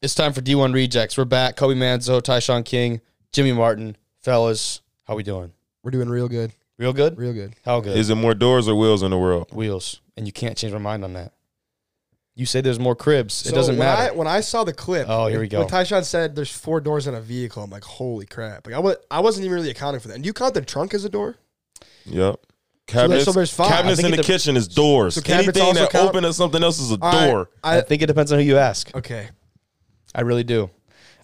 It's time for D1 Rejects. We're back. Kobe Manzo, Tyshawn King, Jimmy Martin. Fellas, how we doing? We're doing real good. Real good? Real good. How good? Is it more doors or wheels in the world? Wheels. And you can't change my mind on that. You say there's more cribs. it So doesn't when matter. I, when I saw the clip, Oh, here we go. When Tyshawn said there's four doors in a vehicle, I'm like, holy crap! Like I was, I wasn't even really accounting for that. And you count the trunk as a door? Yep. Cabinets, so there's five. cabinets I think in the it de- kitchen is doors. So cabinets Anything also that count? open or something else is a All right, door. I, I, think it depends on who you ask. okay. I really do.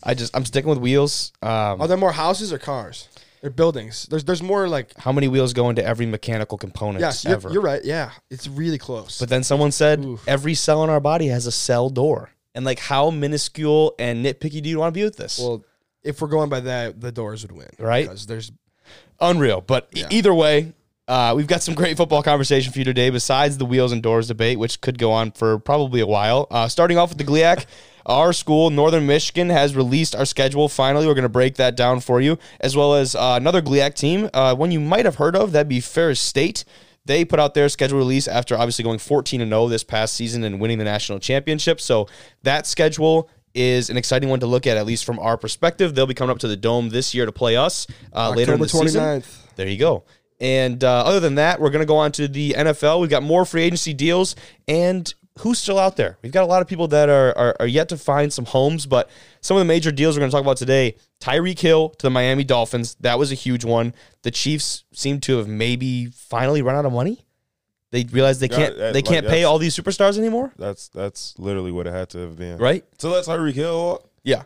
I just I'm sticking with wheels. Um, Are there more houses or cars? Or buildings? There's there's more like how many wheels go into every mechanical component yes, you're, ever? you're right. Yeah, it's really close. But then someone said Oof. every cell in our body has a cell door. And like how minuscule and nitpicky do you want to be with this? well, if we're going by that, the doors would win, Right. Because there's Unreal. But e- Yeah. either way, uh, we've got some great football conversation for you today besides the wheels and doors debate, which could go on for probably a while. Uh, starting off with the GLIAC, our school, Northern Michigan, has released our schedule. Finally, we're going to break that down for you, as well as uh, another GLIAC team, uh, one you might have heard of, that'd be Ferris State. They put out their schedule release after obviously going 14 and 0 this past season and winning the national championship. So that schedule is an exciting one to look at, at least from our perspective. They'll be coming up to the dome this year to play us uh, later in October the season. 29th. There you go. And uh, other than that, we're going to go on to the NFL. We've got more free agency deals and who's still out there. We've got a lot of people that are, are, are yet to find some homes, but some of the major deals we're going to talk about today Tyreek Hill to the Miami Dolphins. That was a huge one. The Chiefs seem to have maybe finally run out of money. They realize they Yeah, can't that- they like, can't pay that's- all these superstars anymore, That's that's literally what it had to have been. right? So let Tyreek Hill walk. Yeah.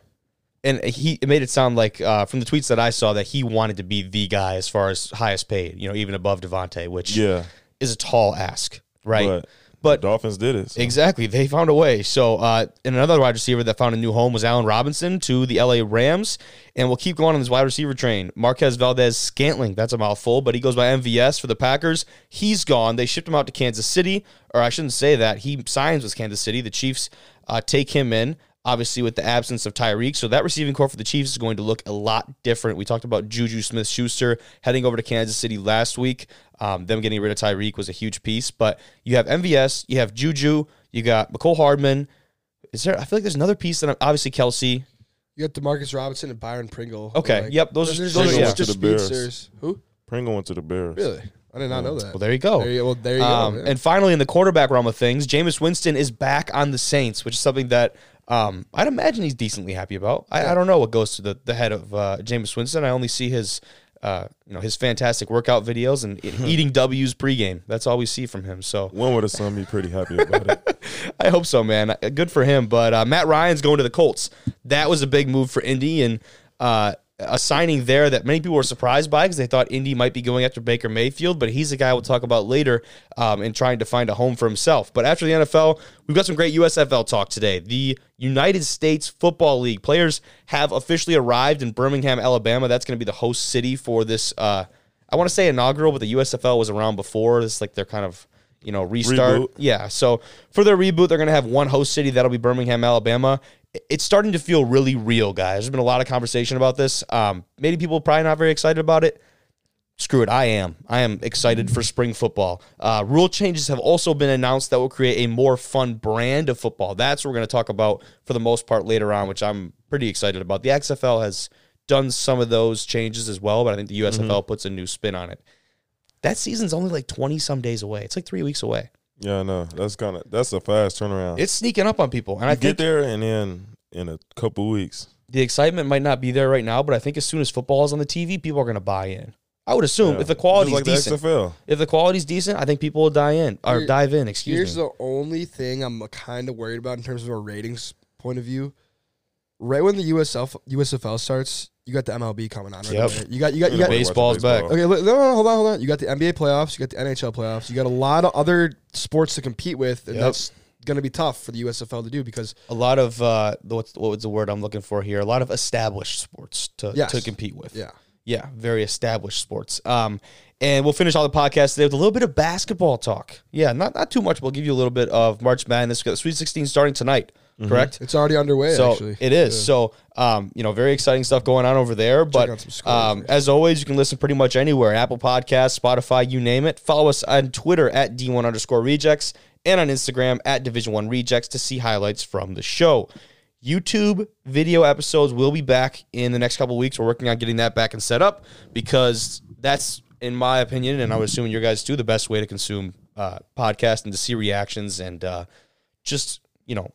And he it made it sound like uh, from the tweets that I saw that he wanted to be the guy as far as highest paid, you know, even above Devontae, which Yeah. is a tall ask, right? But, But- the Dolphins did it. so. Exactly. They found a way. So, uh, and another wide receiver that found a new home was Allen Robinson to the LA Rams. And we'll keep going on this wide receiver train. Marquez Valdez Scantling, that's a mouthful, but he goes by MVS for the Packers. He's gone. They shipped him out to Kansas City, or I shouldn't say that. He signs with Kansas City. The Chiefs uh, take him in. Obviously, with the absence of Tyreek. So, that receiving core for the Chiefs is going to look a lot different. We talked about Juju Smith Schuster heading over to Kansas City last week. Um, them getting rid of Tyreek was a huge piece. But you have MVS, you have Juju, you got McCole Hardman. Is there? I feel like there's another piece that I'm, obviously Kelsey. You got Demarcus Robinson and Byron Pringle. Okay, Like, yep, those are- there's- those those are- are yeah. just To the Bears. speedsters. Who? Pringle went to the Bears. Really? I did not know that. Oh, Well, there you go. There you, well, there you Um, go. man. and finally, in the quarterback realm of things, Jameis Winston is back on the Saints, which is something that um, I'd imagine he's decently happy about. I, I don't know what goes to the, the head of uh, Jameis Winston. I only see his, uh, you know, his fantastic workout videos and e- eating W's pregame. That's all we see from him. So One would have some be pretty happy about it. I hope so, man. Uh, Good for him. But uh, Matt Ryan's going to the Colts. That was a big move for Indy and uh, a signing there that many people were surprised by because they thought Indy might be going after Baker Mayfield, but he's a guy we'll talk about later um, and trying to find a home for himself. But after the NFL, we've got some great USFL talk today. The United States Football League players have officially arrived in Birmingham, Alabama. That's going to be the host city for this. Uh, I want to say inaugural, but the USFL was around before. It's like they're kind of you know restart. Reboot. Yeah. So for their reboot, they're going to have one host city. That'll be Birmingham, Alabama. I- It's starting to feel really real, guys. There's been a lot of conversation about this. Um, maybe people probably not very excited about it. Screw it. I am. I am excited for spring football. Uh, rule changes have also been announced that will create a more fun brand of football. That's what we're going to talk about for the most part later on, which I'm pretty excited about. The XFL has done some of those changes as well, but I think the USFL puts a new spin on it. That season's only like 20 some days away. It's like three weeks away. yeah, I know. That's kind of that's a fast turnaround. It's sneaking up on people. And I Get think there and then in a couple weeks. the excitement might not be there right now, but I think as soon as football is on the TV, people are going to buy in. I would assume Yeah. if the Just quality's like decent, the XFL. if the quality's decent, I think people will die in or Here- dive in. Excuse Here's me. the only thing I'm kind of worried about in terms of a ratings point of view. Right when the USF USFL starts, you got the MLB coming on. Right Yep. away. You got you got you got. Nobody watches baseball's back. Okay, look, no, no, hold on, hold on. You got the NBA playoffs. You got the NHL playoffs. You got a lot of other sports to compete with, and Yep. that's going to be tough for the USFL to do because a lot of uh, the- what's what was the word I'm looking for here? A lot of established sports to Yes. to compete with. yeah, yeah, very established sports. Um, and we'll finish all the podcast today with a little bit of basketball talk. Yeah, not not too much. But we'll give you a little bit of March Madness. We've got the Sweet 16 starting tonight. Mm-hmm. Correct. it's already underway. So actually, it is. So um, you know, very exciting stuff going on over there. out some But scores um, first. as always, you can listen pretty much anywhere: Apple Podcasts, Spotify, you name it. Follow us on Twitter at D1 underscore Rejects and on Instagram at Division One Rejects to see highlights from the show. YouTube video episodes will be back in the next couple weeks. We're working on getting that back and set up because that's, in my opinion, and I would assume your guys too, the best way to consume uh, podcasts and to see reactions and uh, just you know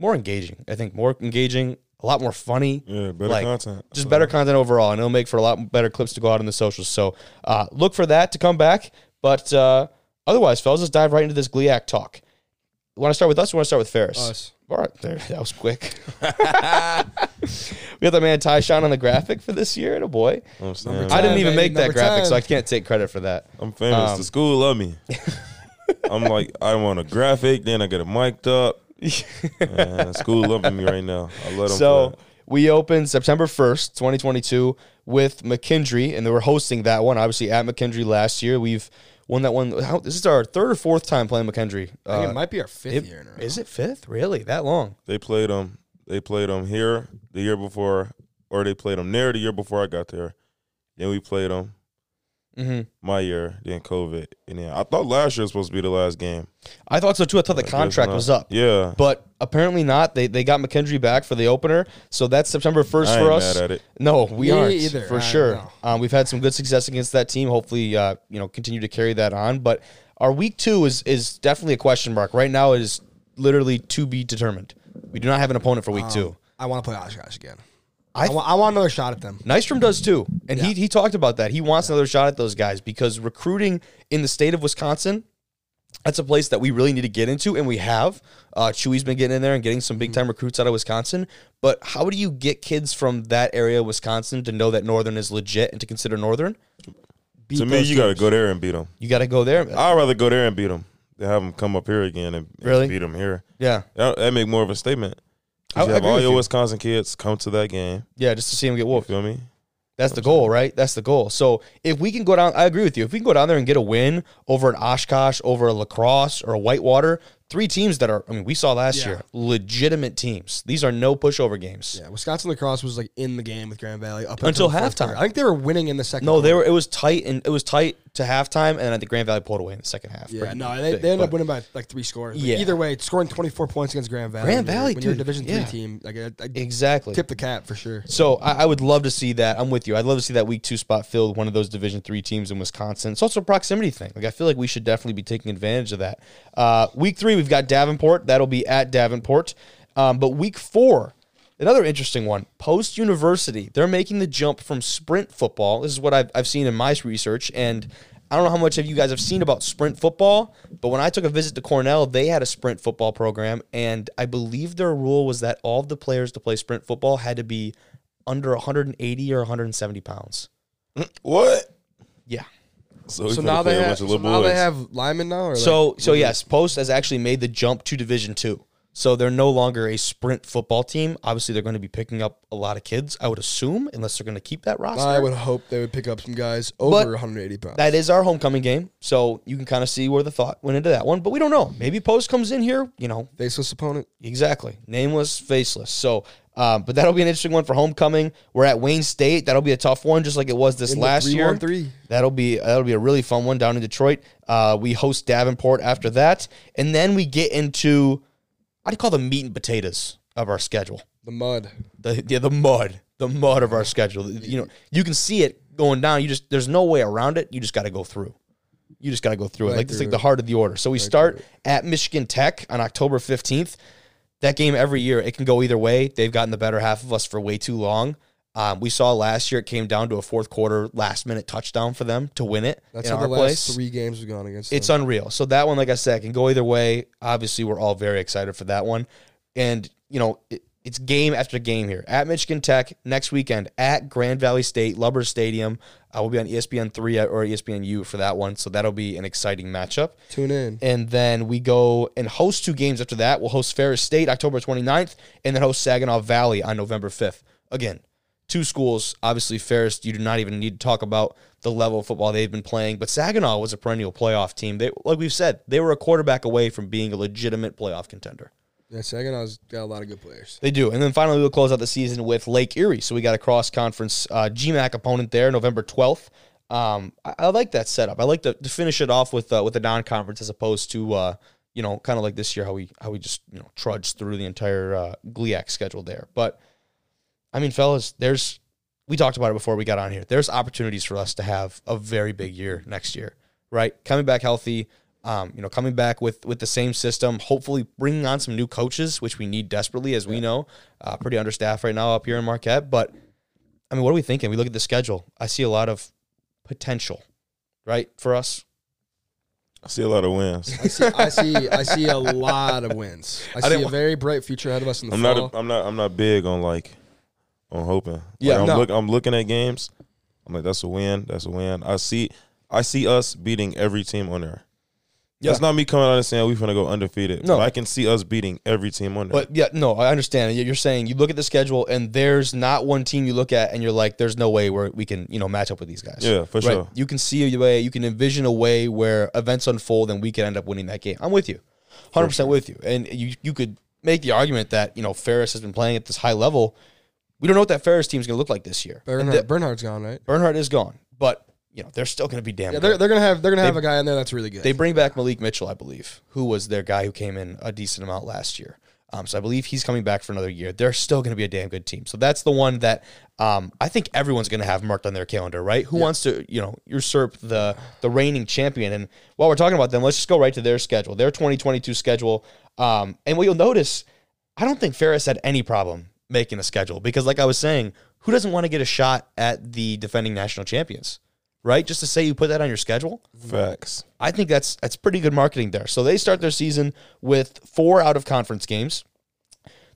more engaging. I think more engaging, a lot more funny Yeah, better Like, content. just better content overall, and it'll make for a lot better clips to go out on the socials. So uh, look for that to come back. But uh, otherwise, fellas, let's dive right into this GLIAC talk. Want to start with us? Or want to start with Ferris? Us. All right, there. That was quick. we got the man Tyshawn on the graphic for this year, and a boy. I'm, Number saying, I didn't Time, even baby, make that number graphic, so time. I can't take credit for that. I'm famous. Um, the school love me. I'm like, I want a graphic, then I get it mic'd up. Man, school loving me right now. I let them. So we opened September 1st, 2022, with McKendry, and they were hosting that one, obviously, at McKendry last year. We've won that one. How, this is our third or fourth time playing McKendry. I think Uh, it might be our fifth it- year in a row. is it fifth? Really? That long? They played them. They played them here the year before, or they played them there the year before I got there. Then we played them hmm my year, then COVID, and then I thought last year was supposed to be the last game. I thought so too. I thought the But contract guess was not. up. Yeah, But apparently not. They, they got McKendry back for the opener. So that's September 1st I ain't for us. mad at it. No, we Me aren't either. for I sure. know. Um, we've had some good success against that team. Hopefully, uh, you know, continue to carry that on. But our week two is is definitely a question mark. Right now, it is literally to be determined. We do not have an opponent for week two. I want to play Oshkosh again. I I, wa- I want another shot at them. Nystrom does too, and he he talked about that. He wants another shot at those guys because recruiting in the state of Wisconsin. That's a place that we really need to get into, and we have. Uh, Chewy's been getting in there and getting some big Mm-hmm. time recruits out of Wisconsin. But how do you get kids from that area of Wisconsin to know that Northern is legit and to consider Northern? Beat to me, those you got to teams. go there and beat them. You got to go there. I'd rather go there and beat them than have them come up here again and, and Really? beat them here. yeah, That, that make more of a statement. I- I 'Cause you have agree all with your you. Wisconsin kids come to that game. yeah, just to see him get You whooped. feel me? That's the goal, right? That's the goal. So if we can go down, I agree with you. If we can go down there and get a win over an Oshkosh, over a Lacrosse, or a Whitewater, three teams that are, I mean, we saw last Yeah. year, legitimate teams. These are no pushover games. Yeah, Wisconsin lacrosse was like in the game with Grand Valley up Until until, the fourth halftime. quarter. I think they were winning in the second. No, quarter. they were. It was tight, and it was tight to halftime, and then I think Grand Valley pulled away in the second half. Yeah, Pretty no, they, big, they ended but- up winning by like three scores. Like, Yeah. Either way, scoring 24 points against Grand Valley. Grand when you're- Valley, when you're a dude, Division yeah. three team, like I, I Exactly. tip the cap for sure. So I, I would love to see that. I'm with you. I'd love to see that week two spot filled one of those Division three teams in Wisconsin. It's also a proximity thing. Like I feel like we should definitely be taking advantage of that. Uh, week three we've got Davenport. That'll be at Davenport. Um, but week four, another interesting one. Post University, they're making the jump from sprint football. This is what I've, I've seen in my research and. I don't know how much of you guys have seen about sprint football, but when I took a visit to Cornell, they had a sprint football program, and I believe their rule was that all of the players to play sprint football had to be under 180 or 170 pounds. What? Yeah. So, So now they have, a bunch of so little now boys. they have linemen now. Or like, So so yes, Post has actually made the jump to Division Two. So they're no longer a sprint football team. Obviously, they're going to be picking up a lot of kids, I would assume, unless they're going to keep that roster. I would hope they would pick up some guys over 180 pounds. That is our homecoming game, so you can kind of see where the thought went into that one. But we don't know. Maybe Post comes in here, you know, Faceless opponent. Exactly. Nameless, faceless. So, um, but that'll be an interesting one for homecoming. We're at Wayne State. That'll be a tough one, just like it was this In the last three, year. one, three. That'll be that'll be a really fun one down in Detroit. Uh, we host Davenport after that, and then we get into I'd call the meat and potatoes of our schedule. The mud. The yeah, the mud, the mud of our schedule. You know, you can see it going down. You just there's no way around it. You just got to go through. You just got to go through it. Like this, like through the it. heart of the order. So we start at Michigan Tech on October 15th. That game every year, it can go either way. They've gotten the better half of us for way too long. Um, we saw last year it came down to a fourth quarter, last minute touchdown for them to win it. That's in how our the last place. three games have gone against. It's them. unreal. So that one, like I said, can go either way. Obviously, we're all very excited for that one, and you know it, it's game after game here at Michigan Tech next weekend at Grand Valley State Lubber Stadium. I will be on E ESPN three uh, or ESPN U for that one, so that'll be an exciting matchup. tune in. And then we go and host two games after that. We'll host Ferris State October 29th and then host Saginaw Valley on November 5th. Again, two schools. Obviously, Ferris, you do not even need to talk about the level of football they've been playing, but Saginaw was a perennial playoff team. They, like we've said, they were a quarterback away from being a legitimate playoff contender. Yeah, Saginaw's got a lot of good players. They do. And then finally, we'll close out the season with Lake Erie. So we got a cross conference uh, GMAC opponent there, November 12th. Um, I, I like that setup. I like to, to finish it off with uh, with a non conference as opposed to uh, you know, kind of like this year how we how we just you know trudged through the entire uh, GLIAC schedule there. But I mean, fellas, there's we talked about it before we got on here. There's opportunities for us to have a very big year next year, right? Coming back healthy, um, you know, coming back with with the same system. Hopefully, bringing on some new coaches, which we need desperately, as we know, uh, pretty understaffed right now up here in Marquette. But I mean, what are we thinking? We look at the schedule. I see a lot of potential, right, for us. I see a lot of wins. I see, I see, I see a lot of wins. I, see didn't a wa- very bright future ahead of us in the I'm not. fall. A, I'm not. I'm not big on like on hoping. Yeah, Like, I'm, no. look, I'm looking at games. I'm like, that's a win. That's a win. I see. I see us beating every team on there. Yeah. That's not me coming out and saying we're gonna go undefeated. No. but I can see us beating every team on there. But yeah, no, I understand. You're saying you look at the schedule, and there's not one team you look at, and you're like, "There's no way where we can, you know, match up with these guys." Yeah, for Right? sure. You can see a way, you can envision a way where events unfold, and we could end up winning that game. I'm with you, hundred percent with you. And you you could make the argument that you know Ferris has been playing at this high level. We don't know what that Ferris team's going to look like this year. And Bernhard, the- Bernhard's gone, right? Bernhardt is gone, but you know they're still going to be damn. Yeah, good. they're, they're gonna have they're gonna have a guy in there that's really good. They bring back Malik Mitchell, I believe, who was their guy who came in a decent amount last year. Um, so I believe he's coming back for another year. They're still going to be a damn good team. So that's the one that um, I think everyone's going to have marked on their calendar, right? Who wants to, you know, usurp the the reigning champion? And while we're talking about them, let's just go right to their schedule, their 2022 schedule. Um, and what you'll notice, I don't think Ferris had any problem making a schedule because, like I was saying, who doesn't want to get a shot at the defending national champions, right? Just to say you put that on your schedule. Facts. I think that's that's pretty good marketing there. So they start their season with four out of conference games.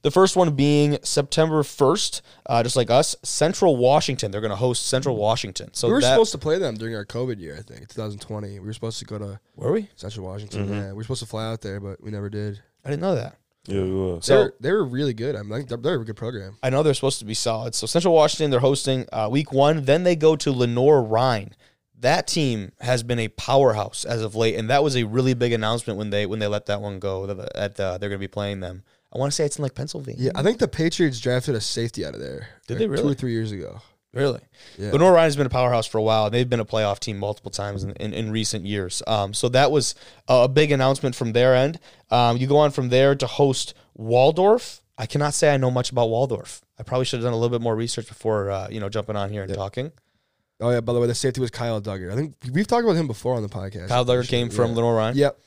The first one being September first, uh, just like us, Central Washington. They're going to host Central Washington. So we were that, supposed to play them during our COVID year, I think, 2020. We were supposed to go to were we? Central Washington. Mm-hmm. Yeah, we were supposed to fly out there, but we never did. I didn't know that. Yeah, we was. So- they were, they were really good. I mean, like, they're, they're a good program. I know they're supposed to be solid. So Central Washington, they're hosting uh, week one. Then they go to Lenore Rhine. That team has been a powerhouse as of late, and that was a really big announcement when they when they let that one go. That that, uh, they're going to be playing them. I want to say it's in like Pennsylvania. Yeah, I think the Patriots drafted a safety out of there. Did they Two really? or three years ago. Really? Yeah. Lenore Ryan has been a powerhouse for a while. and They've been a playoff team multiple times in, in, in recent years. Um, so that was a a big announcement from their end. Um, you go on from there to host Waldorf. I cannot say I know much about Waldorf. I probably should have done a little bit more research before uh, you know jumping on here and talking. Oh yeah. By the way, the safety was Kyle Duggar. I think we've talked about him before on the podcast. Kyle Duggar came from Lenore Ryan. Yep.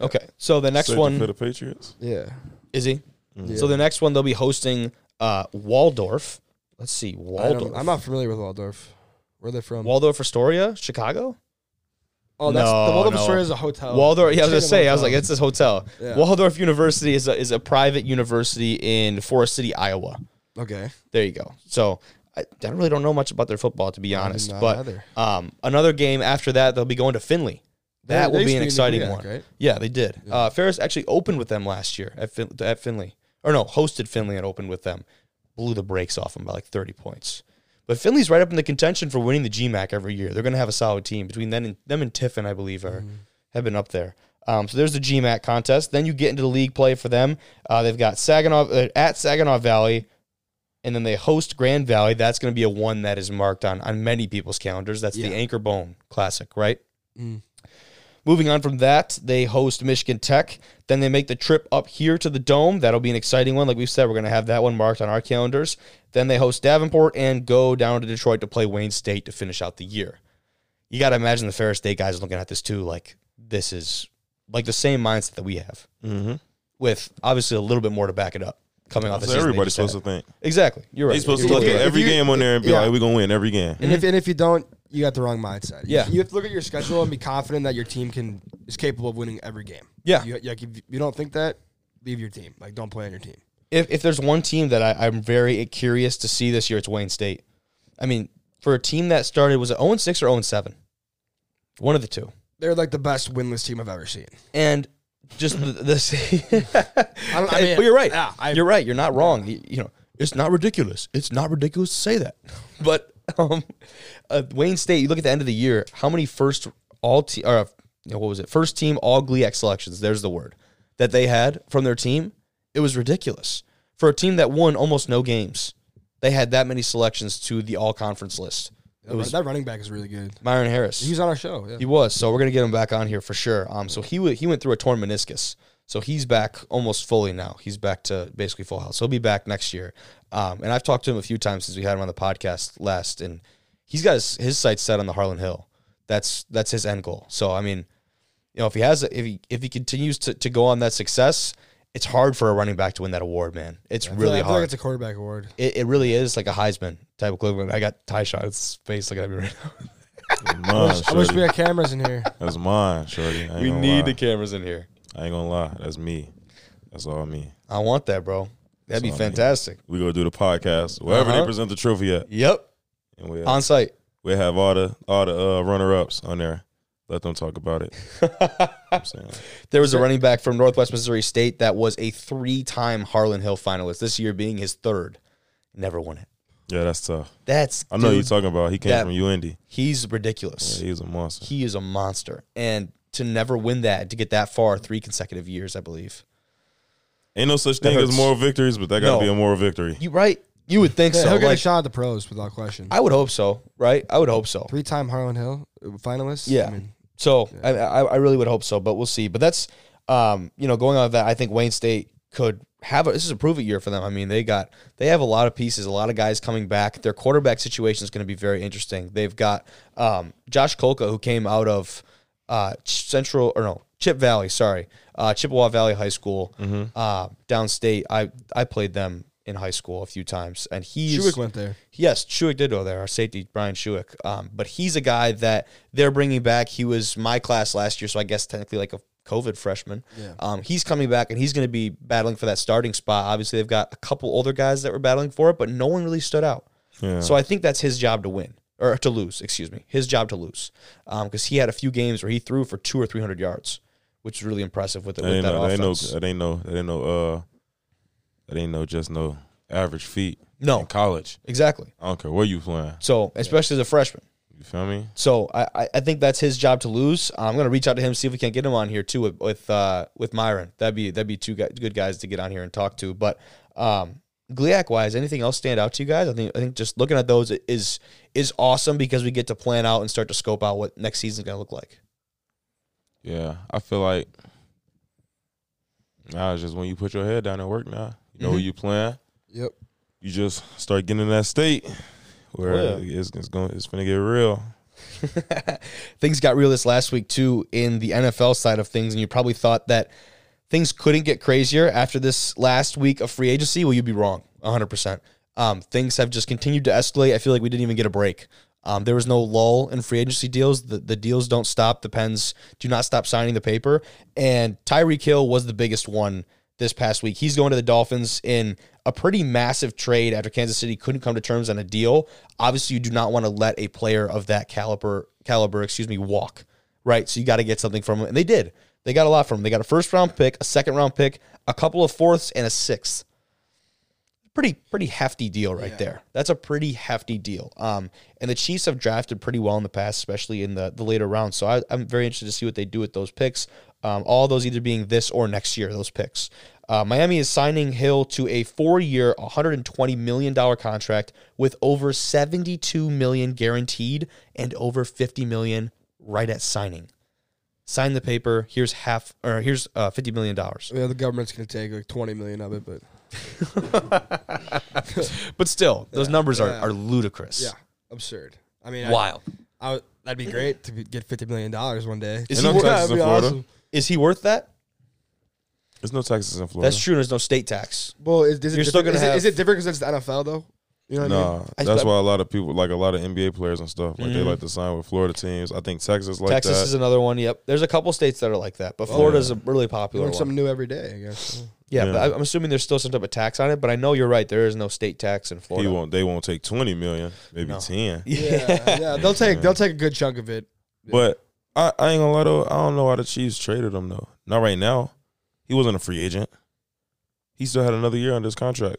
Okay. So the next Safety one for the Patriots. Yeah. is he. Mm-hmm. So the next one they'll be hosting uh, Waldorf. Let's see, I don't- Waldorf. I'm not famililier with Waldorf. Where they're from? Waldorf Astoria, Chicago. oh, that's No, the Waldorf no. Astoria is a hotel. Waldorf. Yeah, I was gonna Chatham say. I was Hotel. like, it's this hotel. Yeah. Waldorf University is a, is a private university in Forest City, Iowa. okay. There you go. So I, I really don't know much about their football, to be honest. not But either. um, another game after that, they'll be going to Finley. That They- will they be an used to be in exciting the one. Greek, right? Yeah, they did. Uh, Ferris actually opened with them last year at fin- at Finley, or no, hosted Finley and opened with them. Blew the brakes off them by like thirty points. But Finley's right up in the contention for winning the GMAC every year. They're going to have a solid team between them and them and Tiffin, I believe, are have been up there. Um, so there's the GMAC contest. Then you get into the league play for them. Uh, they've got Saginaw uh, at Saginaw Valley, and then they host Grand Valley. That's going to be a one that is marked on on many people's calendars. That's the Yeah. Anchor Bone Classic, right? Mm. Moving on from that, they host Michigan Tech. Then they make the trip up here to the Dome. That'll be an exciting one. Like we've said, we're going to have that one marked on our calendars. Then they host Davenport and go down to Detroit to play Wayne State to finish out the year. You got to imagine the Ferris State guys looking at this too. Like, this is like the same mindset that we have, Mm-hmm. with obviously a little bit more to back it up coming off the So season. they everybody's just had. supposed to think. Exactly. You're right. They're supposed You're to look totally at right. every If you- game on there and be yeah. like, "We're gonna win every game." And if and if you don't, you got the wrong mindset. You- Mm-hmm. Yeah. You, have to look at your schedule and be confident that your team can is capable of winning every game. Yeah. You, like if you don't think that, leave your team. Like don't play on your team. if, if there's one team that I, I'm very curious to see this year, it's Wayne State. I mean, for a team that started was it 0 6 or 0 7? One of the two. They're like the best winless team I've ever seen. And just the, the I don't, I mean, but you're right. Yeah, I, you're right. You're not wrong. You, you know, it's not ridiculous. It's not ridiculous to say that. But um, uh, Wayne State, you look at the end of the year, how many first all team or you know, what was it? First team all GLIAC selections. There's the word that they had from their team. It was ridiculous for a team that won almost no games. They had that many selections to the all conference list. It was that running back is really good. Myron Harris. He was on our show. Yeah. He was. So we're gonna get him back on here for sure. Um, so he wa- he went through a torn meniscus. So he's back almost fully now. He's back to basically full house. He'll be back next year. Um, and I've talked to him a few times since we had him on the podcast last, and he's got his, his sights set on the Harlan Hill. That's that's his end goal. So I mean, you know, if he has if he if he continues to, to go on that success, it's hard for a running back to win that award, man. It's I feel- really I feel hard. Like it's a quarterback award. It, it really is like a Heisman type equivalent. I got Tyshawn's face looking at me right now. That's I Oh, mine, wish, I wish we shorty. had cameras in here. That's mine, shorty. I ain't We gonna need lie. the cameras in here. I ain't gonna lie. That's me. That's all me. I want that, bro. That'd be That's all I need. fantastic. We go do the podcast wherever Uh-huh. they present the trophy at, Yep. and we On site. we have all the all the uh, runner ups on there. Let them talk about it. I'm saying. There was a running back from Northwest Missouri State that was a three time Harlan Hill finalist, this year being his third. Never won it. Yeah, that's tough. That's I know dude, you're talking about. He came that- from UND. he's Yeah, ridiculous. he was a monster. he is a monster. And to never win that, to get that far three consecutive years, I believe. Ain't no such thing as hurts. moral victories, but that gotta No. be a moral victory. You right? You would think Yeah, so. he'll get a Like, shot at the pros without question. I would hope so, right? I would hope so. Three-time Harlan Hill uh, finalist. Yeah. I mean, So I, I, I really would hope so, but we'll see. But that's, um, you know, going on that, I think Wayne State could have a, this is a prove it year for them. I mean, they got they have a lot of pieces, a lot of guys coming back. Their quarterback situation is going to be very interesting. They've got um, Josh Kolka, who came out of uh, Ch- Central or no Chip Valley, sorry, uh, Chippewa Valley High School, uh, downstate. I I played them in high school a few times, and he's Schuick went there. Yes, Schuick did go there. Our safety, Brian Schuick. Um, but he's a guy that they're bringing back. He was my class last year, so I guess technically like a COVID freshman. Yeah. Um, he's coming back and he's going to be battling for that starting spot. Obviously, they've got a couple older guys that were battling for it, but no one really stood out. Yeah. So I think that's his job to win or to lose. Excuse me, his job to lose because he had a few games where he threw for two or three hundred yards, which is really impressive with, with that ain't that no, that ain't no, offense. that ain't no, that ain't no, uh, that ain't no, just no average feat. No. in college. Exactly. I don't care where you playing. So especially as a freshman. You feel me? So I, I- I think that's his job to lose. I'm gonna reach out to him see if we can get him on here too with with, uh, with Myron. That'd be that'd be two guys, good guys to get on here and talk to. But um, Gliac wise, anything else stand out to you guys? I think I think just looking at those is is awesome because we get to plan out and start to scope out what next season's gonna look like. Yeah, I feel like now it's just when you put your head down and work. Now you know where Mhm. you playing. Yep. You just start getting in that state where Oh, it's, it's going, it's gonna get real. things got real this last week too in the NFL side of things, and you probably thought that things couldn't get crazier after this last week of free agency. Well, you'd be wrong, 100. percent um, Things have just continued to escalate. I feel like we didn't even get a break. Um, there was no lull in free agency deals. The, the deals don't stop. The Pens do not stop signing the paper. And Tyreek Hill was the biggest one this past week. He's going to the Dolphins in a pretty massive trade after Kansas City couldn't come to terms on a deal. Obviously, you do not want to let a player of that caliber caliber, excuse me, walk. Right? So you got to get something from him. And they did. They got a lot from him. They got a first round pick, a second round pick, a couple of fourths, and a sixth. Pretty pretty hefty deal right there. That's a pretty hefty deal. Um, and the Chiefs have drafted pretty well in the past, especially in the the later rounds. So I, I'm very interested to see what they do with those picks. Um, all those either being this or next year, those picks. Uh, Miami is signing Hill to a four-year, 120 million dollar contract with over 72 million guaranteed and over 50 million right at signing. Sign the paper. Here's half, or here's uh, 50 million dollars. Yeah, the government's gonna take like twenty million of it, but But still, those numbers are, yeah. are ludicrous. yeah, absurd. I mean, I- Wild. I would, that'd be great to be- get fifty million dollars one day. Is And he I'm worth, Texas that'd and be Florida. awesome. is he worth that? There's no taxes in Florida. That's true. There's no state tax. Well, is, is it You're still gonna different- is, have- it, is it different because it's the NFL though? You know what I mean? Nah, I- that's I- why a lot of people, like a lot of NBA players and stuff, like they like to sign with Florida teams. I think Texas like Texas that. Oh, is another one. Yep. There's a couple states that are like that, but Florida's a really popular Learn one. something new every day, I guess. yeah, Yeah. but I- I'm assuming there's still some type of tax on it. But I know you're right. There is no state tax in he Florida. won't. They won't take twenty million, maybe No. ten. Yeah, yeah, they'll take they'll take a good chunk of it. But I, I ain't gonna lie though. I don't know why the Chiefs traded him though. Not right now. He wasn't a free agent. He still had another year on this contract.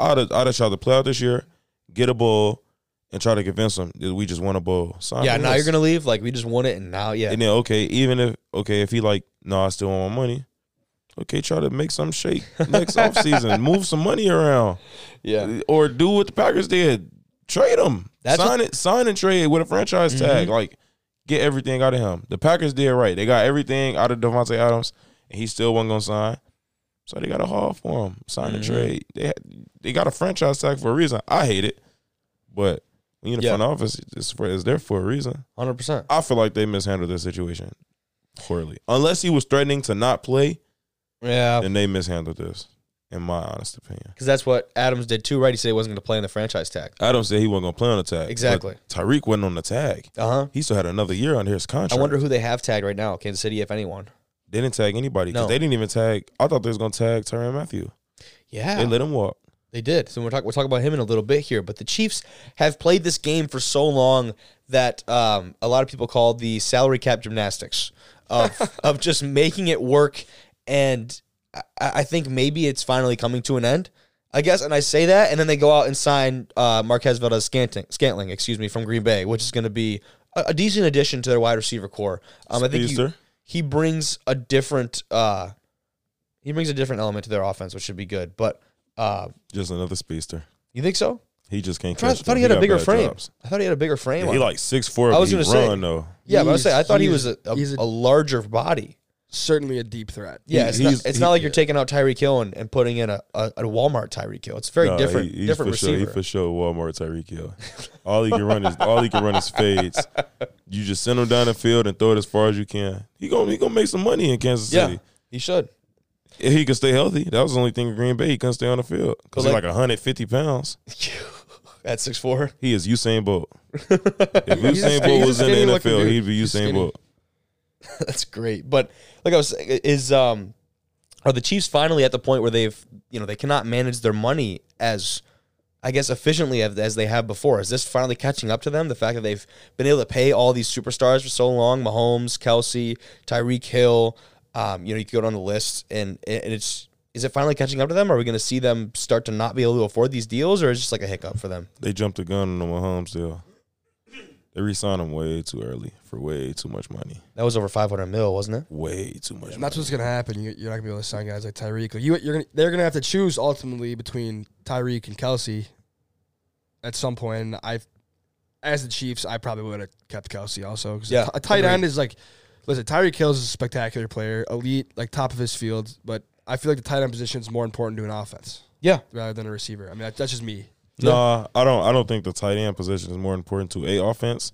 I'd have, I'd have tried to play out this year, get a bowl, and try to convince him that we just won a bowl. Sign yeah. with Now us. you're gonna leave. Like we just won it, and now yeah. And then okay, even if okay, if he like, no, I still want my money. Okay, try to make some shake next offseason. Move some money around. Yeah. Or do what the Packers did. Trade him. That's Mm-hmm. sign it. Sign and trade with a franchise tag. Like get everything out of him. The Packers did right. They got everything out of Devontae Adams and he still wasn't gonna sign. So they got a haul for him, sign the Mhm. trade. They had, they got a franchise tag for a reason. I hate it, but when you're in the Yeah. front office, it's for it's there for a reason. Hundred percent. I feel like they mishandled the situation poorly. Unless he was threatening to not play, Yeah, then they mishandled this, in my honest opinion. because that's what Adams did too, right? He said he wasn't going to play in the franchise tag. I don't say he wasn't gonna play on the tag. but Exactly. Tyreek wasn't on the tag. Uh huh. He still had another year under his contract. I wonder who they have tagged right now, Kansas City, if anyone. They didn't tag anybody because No. they didn't even tag. I thought they was gonna tag Tyrann Matthew. Yeah, They let him walk. They did. So we're talking. We'll talk about him in a little bit here. But the Chiefs have played this game for so long that um, a lot of people call the salary cap gymnastics of of just making it work. And I, I think maybe it's finally coming to an end. I guess. And I say that, and then they go out and sign uh, Marquez Valdez Scantling, Scantling, excuse me, from Green Bay, which is going to be a, a decent addition to their wide receiver core. Um, I think he, Speedster. he brings a different. Uh, he brings a different element to their offense, which should be good. But uh, Just another speedster. you think so? He just can't I thought, I catch. thought them. he had a got bigger bad frame. drops. I thought he had a bigger frame. Yeah, on- he like six four. I I was was going gonna to say- run though. yeah, but I was saying I He's- thought he he's- was a, a, he's a- a larger body. Certainly a deep threat. Yeah, He- it's, not, he's- it's he- not like you're taking out Tyreek Hill and, and putting in a, a, a Walmart Tyreek Hill. It's very Nah, different, he- he's different for sure. receiver. He for sure Walmart Tyreek Hill. All he can run is all he can run is fades. You just send him down the field and throw it as far as you can. He gonna he gonna make some money in Kansas yeah, City. he should. If he could stay healthy, that was the only thing with Green Bay. He couldn't stay on the field because he's like- like 150 pounds. At six four, He is Usain Bolt. If He's a Usain skinny- Bolt he's was a in the skinny-looking NFL, dude. he'd be He's Usain skinny. Bolt. that's great. But like I was saying, is um, are the Chiefs finally at the point where they've you know they cannot manage their money as I guess efficiently as, as they have before. Is this finally catching up to them? The fact that they've been able to pay all these superstars for so long, Mahomes, Kelsey, Tyreek Hill, um, you know, you could go down the list, and, and it's is it finally catching up to them? Are we going to see them start to not be able to afford these deals, or is it just like a hiccup for them? They jumped the gun on the Mahomes deal. They re-signed him way too early for way too much money. That was over five hundred mil, wasn't it? Way too And much. money. that's what's gonna happen. You, you're not gonna be able to sign guys like Tyreek. You, you're gonna, they're gonna have to choose ultimately between Tyreek and Kelsey. At some point, and I, as the Chiefs, I probably would have kept Kelsey also because Yeah, a tight agreed. end is like, listen, Tyreek Hill is a spectacular player, elite, like top of his field. But I feel like the tight end position is more important to an offense Yeah, rather than a receiver. I mean, that, that's just me. Yeah. Nah, I don't. I don't think the tight end position is more important to a offense.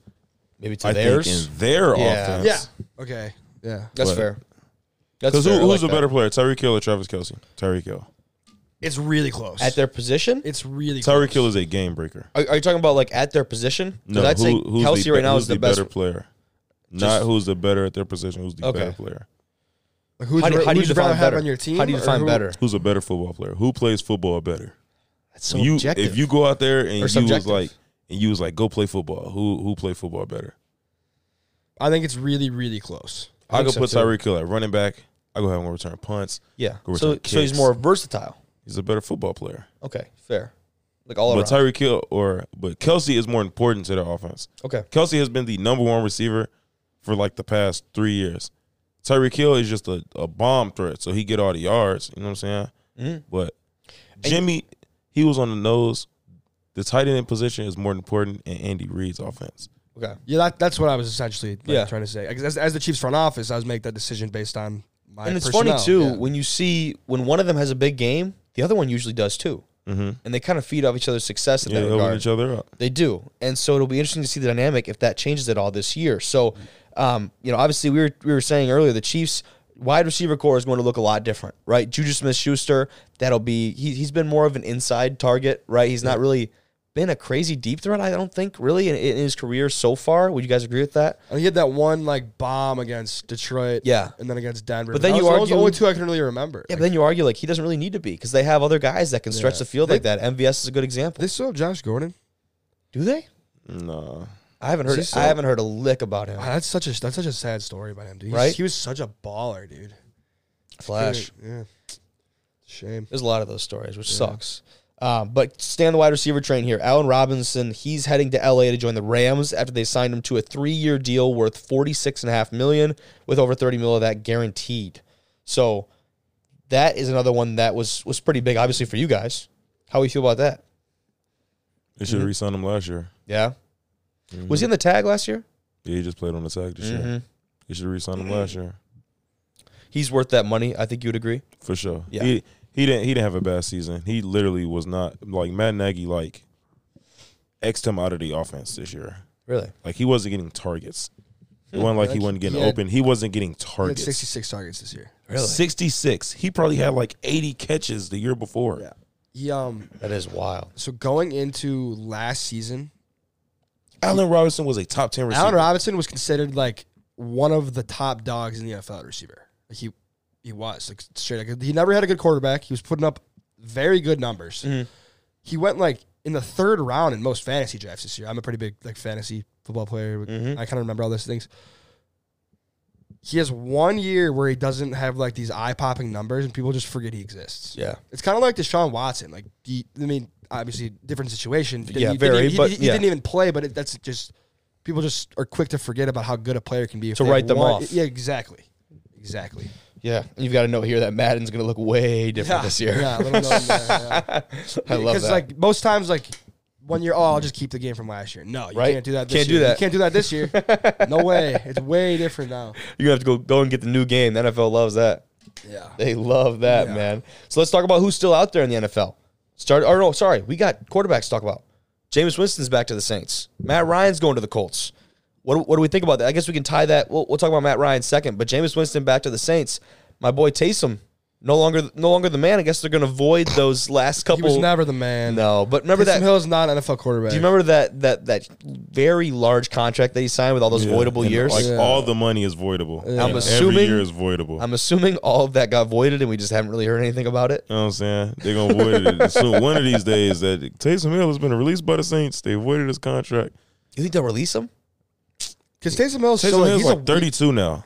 maybe to I theirs. think in their Yeah. offense. Okay. Yeah. That's But- fair. That's Because who, fair. I like who's a that. better player, Tyreek Hill or Travis Kelsey? Tyreek Hill. It's really close. at their position? it's really Tyreek close. Hill is a game breaker. Are, are you talking about like at their position? 'Cause No, I'd say who- who's Kelsey the, be- right now who's is the, best. better player. Not who's the better at their position. Who's the Okay. better player? Like, who's How do- ra- how do you who'd rather define have better? on your team? How do you or define who- better? Who's a better football player? Who plays football better? That's so you, objective. if you go out there and you was subjective. like, and you was like, go play football. Who who play football better? I think it's really, really close. I, think could so, put too. Tyreek Hill at running back. I go have him return punts. yeah, go so return so he's kicks. more versatile. He's a better football player. Okay, fair. Like all But around. Tyreek Hill or but Kelsey is more important to their offense. okay, Kelsey has been the number one receiver for like the past three years. Tyreek Hill is just a, a bomb threat, so he get all the yards. You know what I'm Mm-hmm. saying? But Jimmy, he was on the nose. The tight end position is more important in Andy Reid's offense. okay, Yeah, that, that's what I was essentially like, Yeah. trying to say. Like, As, as the Chiefs front office, I was make that decision based on my. and it's personnel. funny too Yeah. when you see when one of them has a big game, the other one usually does too, Mm-hmm. and they kind of feed off each other's success in Yeah, that they regard. open each other up. They do, and so it'll be interesting to see the dynamic if that changes at all this year. So, um, you know, obviously we were we were saying earlier the Chiefs wide receiver core is going to look a lot different, right? Juju Smith Schuster, that'll be he, he's been more of an inside target, right? He's not really been a crazy deep threat, I don't think, really in, in his career so far. Would you guys agree with that? And he had that one like bomb against Detroit. Yeah. and then against Denver. But then that you was, that was the argue- only two I can really remember. Yeah, Like, but then you argue like he doesn't really need to be because they have other guys that can stretch Yeah. the field like that. MVS is a good example. they still have Josh Gordon. do they? Nah, I haven't Is heard. he still- I haven't heard a lick about him. Wow, that's such a that's such a sad story about him, dude. He's- Right? He was such a baller, dude. Flash. Yeah. Shame. There's a lot of those stories, which sucks. Um, but stay on the wide receiver train here. Allen Robinson, he's heading to LA to join the Rams after they signed him to a three-year deal worth forty-six and a half million, with over thirty mil of that guaranteed. So that is another one that was was pretty big, obviously for you guys. How we feel about that? they should have re-signed him last year. Yeah. Was he in the tag last year? Mm-hmm. Yeah, he just played on the tag this year. They should have re-signed him last year. He's worth that money. I think you would agree. for sure. Yeah. He he didn't he didn't have a bad season. He literally was not like Matt Nagy like X'd him out of the offense this year. Really? Like he wasn't getting targets. It wasn't like he wasn't getting He had- open. He wasn't getting He had targets. 66 targets this year. Really? 66. He probably had like 80 catches the year before. Yeah. He, um, That is wild. so going into last season, Allen Robinson was a top 10 receiver. Allen Robinson was considered like one of the top dogs in the NFL receiver. Like he he was like straight. Like, he never had a good quarterback. He was putting up very good numbers. He went like in the third round in most fantasy drafts this year. I'm a pretty big like fantasy football player. I kind of remember all those things. He has one year where he doesn't have like these eye popping numbers, and people just forget he exists. Yeah. It's kind of like Deshaun Watson. Like, he, I mean, obviously different situation. Didn't- Yeah, he didn't very, even- he- but he yeah. didn't even play. But it, that's just people just are quick to forget about how good a player can be. if To they write them want- off. Yeah, exactly, exactly. Yeah. And you've got to note here that Madden's going to look way different this year. Yeah, let 'em know in there, yeah. I love Because that. like most times, like one year, oh, I'll just keep the game from last year. No, you Right? can't do that. This Can't do year. that. You can't do that this year. no way. It's way different now. You're going to have to go, go and get the new game. The NFL loves that. Yeah. They love that, Yeah. man. So let's talk about who's still out there in the NFL. Start or no, sorry, we got quarterbacks to talk about. James Winston's back to the Saints. Matt Ryan's going to the Colts. What, what do we think about that? I guess we can tie that. We'll, we'll talk about Matt Ryan second, but James Winston back to the Saints. My boy Taysom, no longer no longer the man. I guess they're going to avoid those last He couple. was never the man. no, but remember Taysom that. Hill is not an NFL quarterback. Do you remember that that that very large contract that he signed with all those Yeah. voidable And, years? Like Yeah. all the money is voidable. I'm And assuming- every year is voidable. I'm assuming all of that got voided, and we just haven't really heard anything about it. you know what I'm saying? They're gonna void it. So one of these days that Taysom Hill has been released by the Saints. They voided his contract. You think they'll release him? Because Taysom Hill is Taysom so like, Hill's he's like a, 32 now.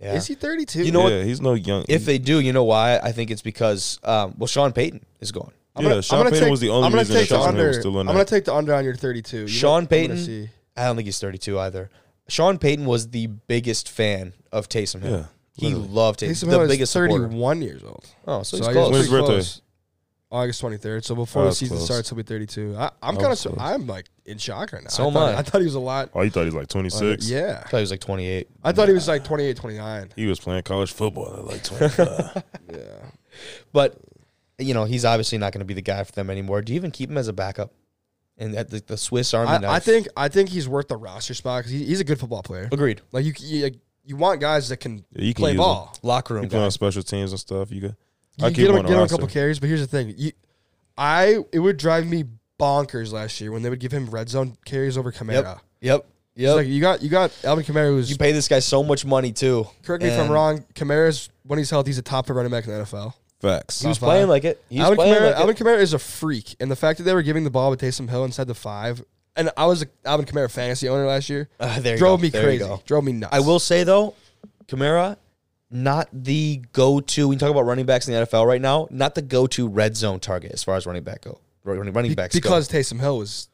Yeah. Is he 32? You know what? yeah, he's no young. If they do, you know why? I think it's because um, well, Sean Payton is gone. I'm yeah, gonna- Sean I'm gonna Payton take- was the only I'm gonna reason that take the Taysom Hill under. was still on I'm gonna that. take the under on your 32. You know- Sean I'm gonna Payton? see. I don't think he's 32 either. Sean Payton was the biggest fan of Taysom Hill. Yeah, he literally. loved Taysom. Taysom the Hill is biggest 31 supporter. years old. Oh, so, he's I guess close. When's his pretty birthday? close. August 23rd. So before Oh, the that's season close. starts, he'll be 32. I, I'm That kind was of. close. I'm like in shock right now. So I am thought, I. I thought he was a lot. Oh, you thought he was like 26? Uh, Yeah. I thought he was like 28. I thought he was like 28, 29. He was playing college football at like 25. Yeah. But you know, he's obviously not going to be the guy for them anymore. Do you even keep him as a backup? And at the, the Swiss Army I, knife. I think I think he's worth the roster spot because he, he's a good football player. agreed. Like you, you, like, you want guys that can, Yeah, you can play use ball. Locker room he playing guy. on special teams and stuff. You could. You I keep get him him, on the get him a couple roster. carries, but here's the thing: you, I it would drive me bonkers last year when they would give him red zone carries over Kamara. Yep. Yep. It's Yep. Like you got you got Alvin Kamara who's you pay this guy so much money too. correct me if I'm And wrong. Kamara's when he's healthy, he's a top five running back in the NFL. Facts. He was Top five. playing like it. He was Alvin playing Kamara, like it. Alvin Kamara is a freak, and the fact that they were giving the ball with Taysom Hill inside the five, and I was a Alvin Kamara fantasy owner last year, Ah, there you drove go. me There you crazy, go. drove me nuts. I will say though, Kamara, not the go-to. We talk about running backs in the NFL right now. Not the go-to red zone target as far as running back go. Running, running Be- backs go. because Taysom Hill was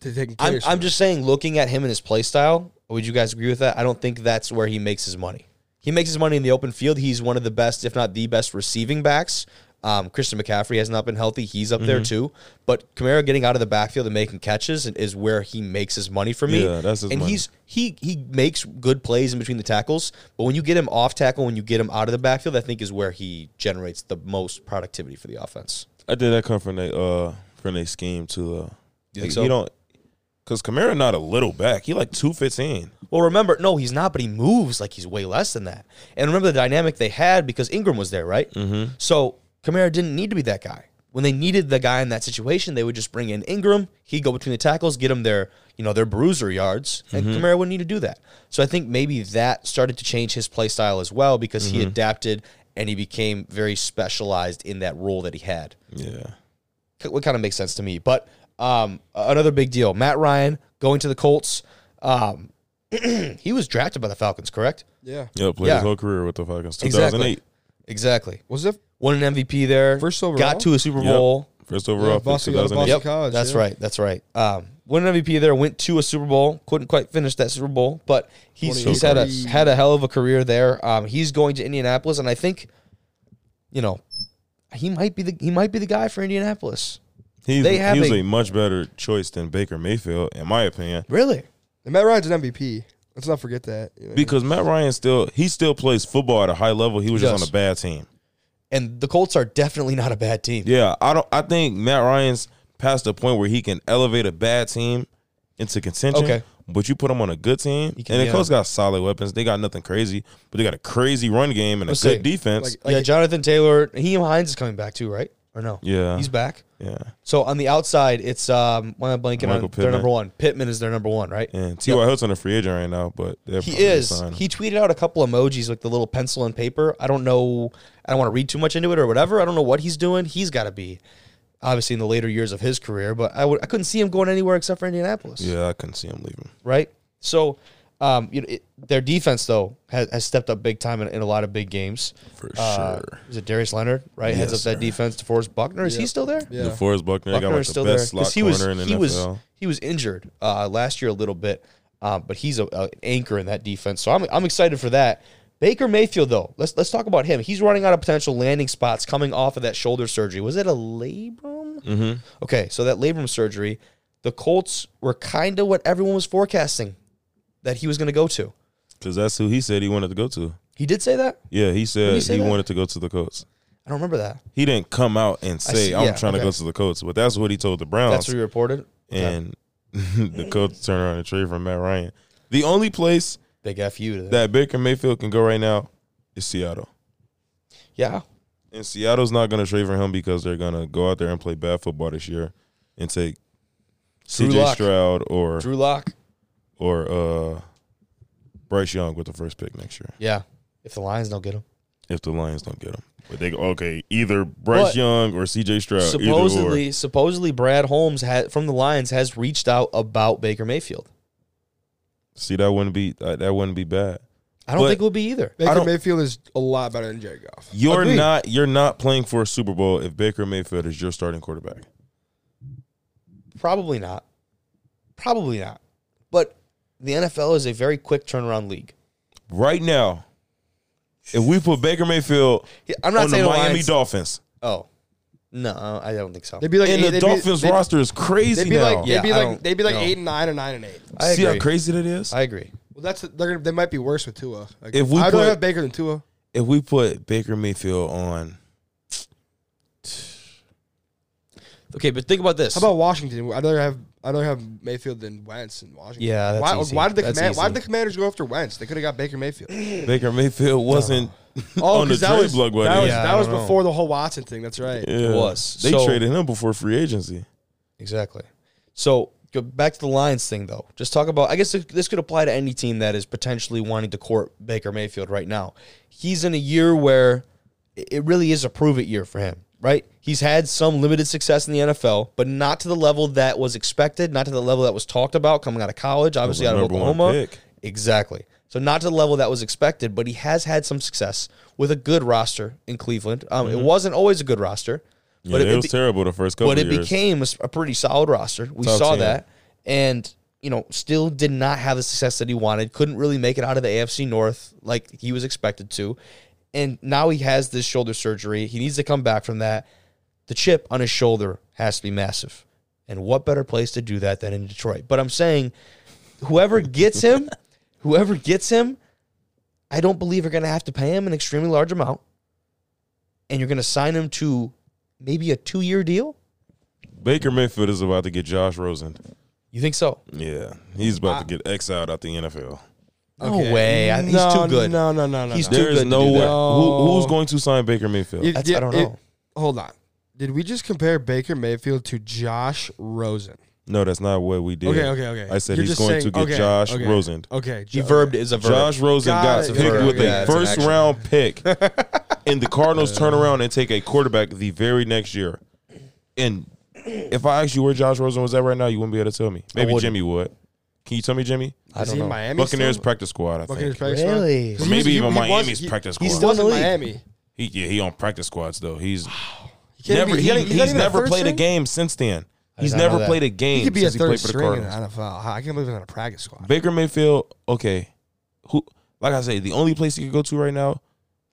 t- taking I'm, carries. I'm from just saying, looking at him and his play style, would you guys agree with that? I don't think that's where he makes his money. He makes his money in the open field. He's one of the best, if not the best, receiving backs. Um, Christian McCaffrey has not been healthy. He's up there Mm-hmm. too. But Kamara getting out of the backfield and making catches is where he makes his money for me. Yeah, that's his and money. he's he he makes good plays in between the tackles. But when you get him off tackle, when you get him out of the backfield, I think is where he generates the most productivity for the offense. I did that come from their uh from their scheme to You uh you, think like, so? you don't because Kamara not a little back. He like two fifteen. Well, remember, no, he's not, but he moves like he's way less than that. And remember the dynamic they had because Ingram was there, right? Mm-hmm. So Kamara didn't need to be that guy. When they needed the guy in that situation, they would just bring in Ingram. He'd go between the tackles, get him their, you know, their bruiser yards, and Kamara wouldn't need to do that. So I think maybe that started to change his play style as well because he adapted and he became very specialized in that role that he had Yeah. what kind of makes sense to me. But um, another big deal: Matt Ryan going to the Colts. Um, he was drafted by the Falcons, correct? yeah. Yeah, played Yeah. his whole career with the Falcons. Two thousand Exactly. eight. Exactly. Was it Won an MVP there. First Got overall? to a Super Yep. Bowl. First overall Yeah, pick, Boston- you got a 2008. Boston- Yep. college, That's yeah. right. That's right. Um, won an MVP there. Went to a Super Bowl. Couldn't quite finish that Super Bowl, but he's, he's had a 28. had a hell of a career there. Um, he's going to Indianapolis, and I think, you know, he might be the he might be the guy for Indianapolis. He's, They have he was a- a, much better choice than Baker Mayfield, in my opinion. Really? And Matt Ryan's an MVP. Let's not forget that. you know what I mean? Because Matt Ryan still he still plays football at a high level. He was He just does. on a bad team. And the Colts are definitely not a bad team. Yeah, I don't. I think Matt Ryan's past the point where he can elevate a bad team into contention. Okay. But you put him on a good team, He can- and the yeah. Colts got solid weapons. They got nothing crazy, but they got a crazy run game and a Let's good see. defense. Like- like- yeah, Jonathan Taylor, Heem Hines is coming back too, right? Or no? yeah, He's back. yeah. So on the outside, it's um when I'm blanking Michael on their Pittman. number one. Pittman is their number one, right? And T.Y. Hilton a free agent right now, but they're He probably is. signing him. He tweeted out a couple emojis like the little pencil and paper. I don't know. I don't want to read too much into it or whatever. I don't know what he's doing. He's got to be obviously in the later years of his career, but I would I couldn't see him going anywhere except for Indianapolis, yeah, I couldn't see him leaving. right? So, um, you know, it, their defense though has, has stepped up big time in, in a lot of big games. For Uh, sure. Is it Darius Leonard? Right, heads up Yes, that defense. DeForest Buckner is he Yeah. still there? yeah. DeForest Buckner, they got Buckner like is the still there best slot because he corner was in the he NFL. was he was injured uh, last year a little bit, um, but he's a, a- an anchor in that defense. So I'm I'm excited for that. Baker Mayfield though, let's let's talk about him. He's running out of potential landing spots coming off of that shoulder surgery. Was it a labrum? Mhm. Okay, so that labrum surgery, the Colts were kind of what everyone was forecasting that he was going to go to. Because that's who he said he wanted to go to. He did say that. Yeah, he Did he said say he that? wanted to go to the Colts. I don't remember that. He didn't come out and say, see, I'm yeah, trying okay. to go to the Colts, but that's what he told the That's Browns. what he reported. Okay. and the Colts turn around and trade for Matt Ryan. The only place big F you to that. that Baker Mayfield can go right now is Seattle. Yeah, And Seattle's not going to trade for him because they're going to go out there and play bad football this year and take Drew CJ Lock. Stroud or Drew Lock. or uh, Bryce Young with the first pick next year Yeah, if the Lions don't get him. if the Lions don't get him. But they go, okay, either Bryce But- Young or CJ Stroud. Uh, either or. supposedly, supposedly Brad Holmes had, from the Lions has reached out about Baker Mayfield. See, that wouldn't be that, that wouldn't be bad. I don't But- think it would be either. Baker don't- Mayfield is a lot better than Jared Goff. You're Agreed. not you're not playing for a Super Bowl if Baker Mayfield is your starting quarterback. Probably not. Probably not. But the NFL is a very quick turnaround league. Right now, if we put Baker Mayfield Yeah, I'm not on the saying the Oh, Miami Lions. Dolphins, oh, no, I don't think so. They'd be like and eight- the they'd be- Dolphins they'd- roster is They'd crazy be now. like they'd be Yeah, I like don't they'd be like know. eight and nine or nine and eight. I See how agree. crazy that is? I agree. Well, that's they're gonna, they might be worse with Tua. Like, If we I'd rather put- have Baker than Tua. if we put Baker Mayfield on, Okay, but think about this. How about Washington? I'd rather have I'd rather have Mayfield than Wentz in Washington. Yeah, that's why, easy. why did the That's command, why did easy. the Commanders go after Wentz? They could have got Baker Mayfield. Oh, Baker Mayfield wasn't on the 'cause that trade was- block, buddy. That was, Yeah, that I was don't know. before the whole Watson thing. That's right. Yeah. was. They So- traded him before free agency. Exactly. So go back to the Lions thing, though. Just talk about. I guess th- this could apply to any team that is potentially wanting to court Baker Mayfield right now. He's in a year where i- it really is a prove it year for him, right? He's had some limited success in the NFL, but not to the level that was expected, not to the level that was talked about coming out of college, obviously the out of number one Oklahoma. pick. Exactly. So not to the level that was expected, but he has had some success with a good roster in Cleveland. Um, It wasn't always a good roster, Mm-hmm. Yeah, but it, it, it was be- terrible the first couple but it of years. became a, s- a pretty solid roster. We Top saw 10. that, and you know, still did not have the success that he wanted. Couldn't really make it out of the AFC North like he was expected to, and now he has this shoulder surgery. He needs to come back from that. The chip on his shoulder has to be massive, and what better place to do that than in Detroit? But I'm saying, whoever gets him, whoever gets him, I don't believe you're going to have to pay him an extremely large amount, and you're going to sign him to maybe a two-year deal. Baker Mayfield is about to get Josh Rosen. You think so? Yeah, he's about to get exiled out the NFL. No way. I, he's No, too good. No, no, no, no. He's no. too There is good to no do way. that. Who, who's going to sign Baker Mayfield? You- That's- yeah, I don't it- know. hold on. Did we just compare Baker Mayfield to Josh Rosen? no, that's not what we did. Okay, okay, okay. I said You're he's just going saying- to get okay, Josh okay, Rosen. Okay, He Jo- verbed is a verb. Josh Rosen Got got, it. picked Yeah, with yeah, a it's an first action. round pick, and the Cardinals turn around and take a quarterback the very next year. And if I asked you where Josh Rosen was at right now, you wouldn't be able to tell me. Maybe wouldn't. Jimmy would. Can you tell me, Jimmy? I Is he don't in know. Miami? Buccaneers still? practice squad, I Buccaneers think. practice squad? Really? He Or was- maybe he- even he was- Miami's he- practice he's He squad. was in still in the Miami. He, yeah, he on practice squads though. He's He can't never be- he, he- he's not he's even never first played a string? game since then. He's not know never that. played a game He could be a since he third played for the string in the Cardinals. NFL. I can't believe he's on a practice squad. Baker Mayfield, okay, who like I say, the only place he could go to right now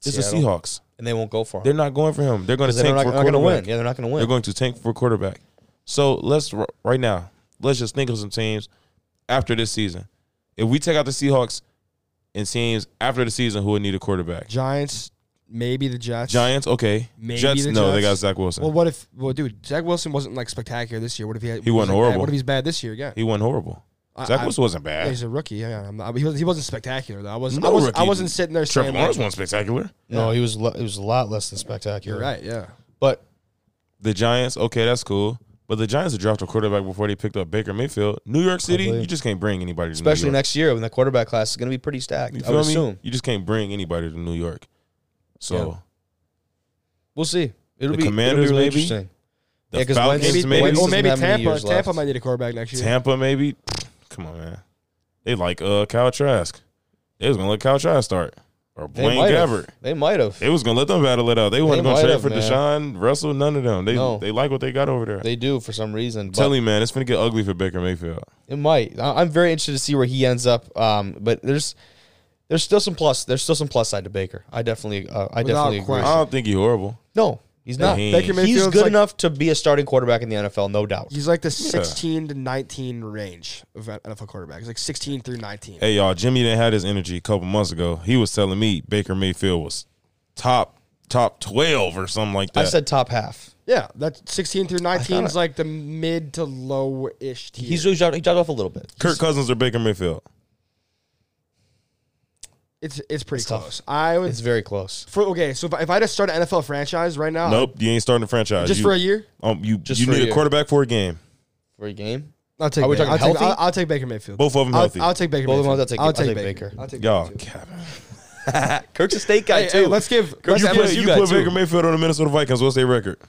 is the Seattle. Seahawks. And they won't go for him. They're not going for him. They're going to Because they're tank not, for not going to quarterback. win. Yeah, they're not going to They're win. going to tank for quarterback. So let's r- right now. Let's just think of some teams after this season. If we take out the Seahawks and teams after the season who would need a quarterback, Giants, maybe the Jets. Giants, okay. Maybe Jets, the no, they got Jets. Zach Wilson. Well, what if? Well, dude, Zach Wilson wasn't like spectacular this year. What if he? Had, He wasn't like, horrible. bad? What if he's bad this year? Yeah, he wasn't horrible. I- Zach I- Wilson wasn't yeah, bad. he's a rookie. Yeah, I'm not, he wasn't. He wasn't spectacular though. I wasn't. No I, wasn't I rookie. wasn't sitting there Trevor saying. Lawrence like, wasn't spectacular. No, he was le- it was a lot less than spectacular. You're right. Yeah. But The Giants, okay, that's cool. But the Giants have dropped a quarterback before they picked up Baker Mayfield. New York City, Probably. you just can't bring anybody to especially New York. next year when the quarterback class is going to be pretty stacked. You I would feel me? assume. You just can't bring anybody to New York. So We'll see. It'll The be Commanders, it'll be really maybe? interesting. the Yeah, 'cause Falcons, Wentz- Maybe. maybe, Wentz Or doesn't maybe have many Tampa. years Tampa left. might need a quarterback next year. Tampa, maybe. Come on, man. They like uh Kyle Trask. They was gonna let Kyle Trask start or They Blaine might have. Gabbert. They might have. They was gonna let them battle it out. They weren't might gonna trade have, for man. Deshaun Russell. None of them. They No. they like what they got over there. They do for some reason. But Tell me, man, it's gonna get ugly for Baker Mayfield. It might. I- I'm very interested to see where he ends up. Um, but there's there's still some plus. There's still some plus side to Baker. I definitely. Uh, I Without definitely agree. I question. don't think he horrible. No, he's not. He ain't. Baker Mayfield's He's good like, enough to be a starting quarterback in the NFL, no doubt. He's like the 16 to 19 range of NFL quarterbacks. He's like 16 through 19. Hey y'all, Jimmy didn't have his energy a couple months ago. He was telling me Baker Mayfield was top top twelve or something like that. I said top half. Yeah, that's 16 through 19 is kinda- like the mid to low ish tier. He's he dropped, he dropped off a little bit. Kirk Cousins or Baker Mayfield. it's it's pretty It's tough. close. I would It's very close. for okay. So if I, if I just start an NFL franchise right now, Nope, you ain't starting the franchise. just You- for a year, um, you Just you for a need a year. quarterback for a game. For a game, I'll take. Are we Baker. talking I'll take, healthy? I'll, I'll take Baker Mayfield. Both of them I'll, healthy. I'll take Baker. Both of them, Mayfield. I'll take- I'll take Baker. I'll take y'all, Baker. too. cap. Kirk's a state guy Hey, too. hey, let's give let's you have put, a- you guy put too. Baker Mayfield on the Minnesota Vikings. What's their record?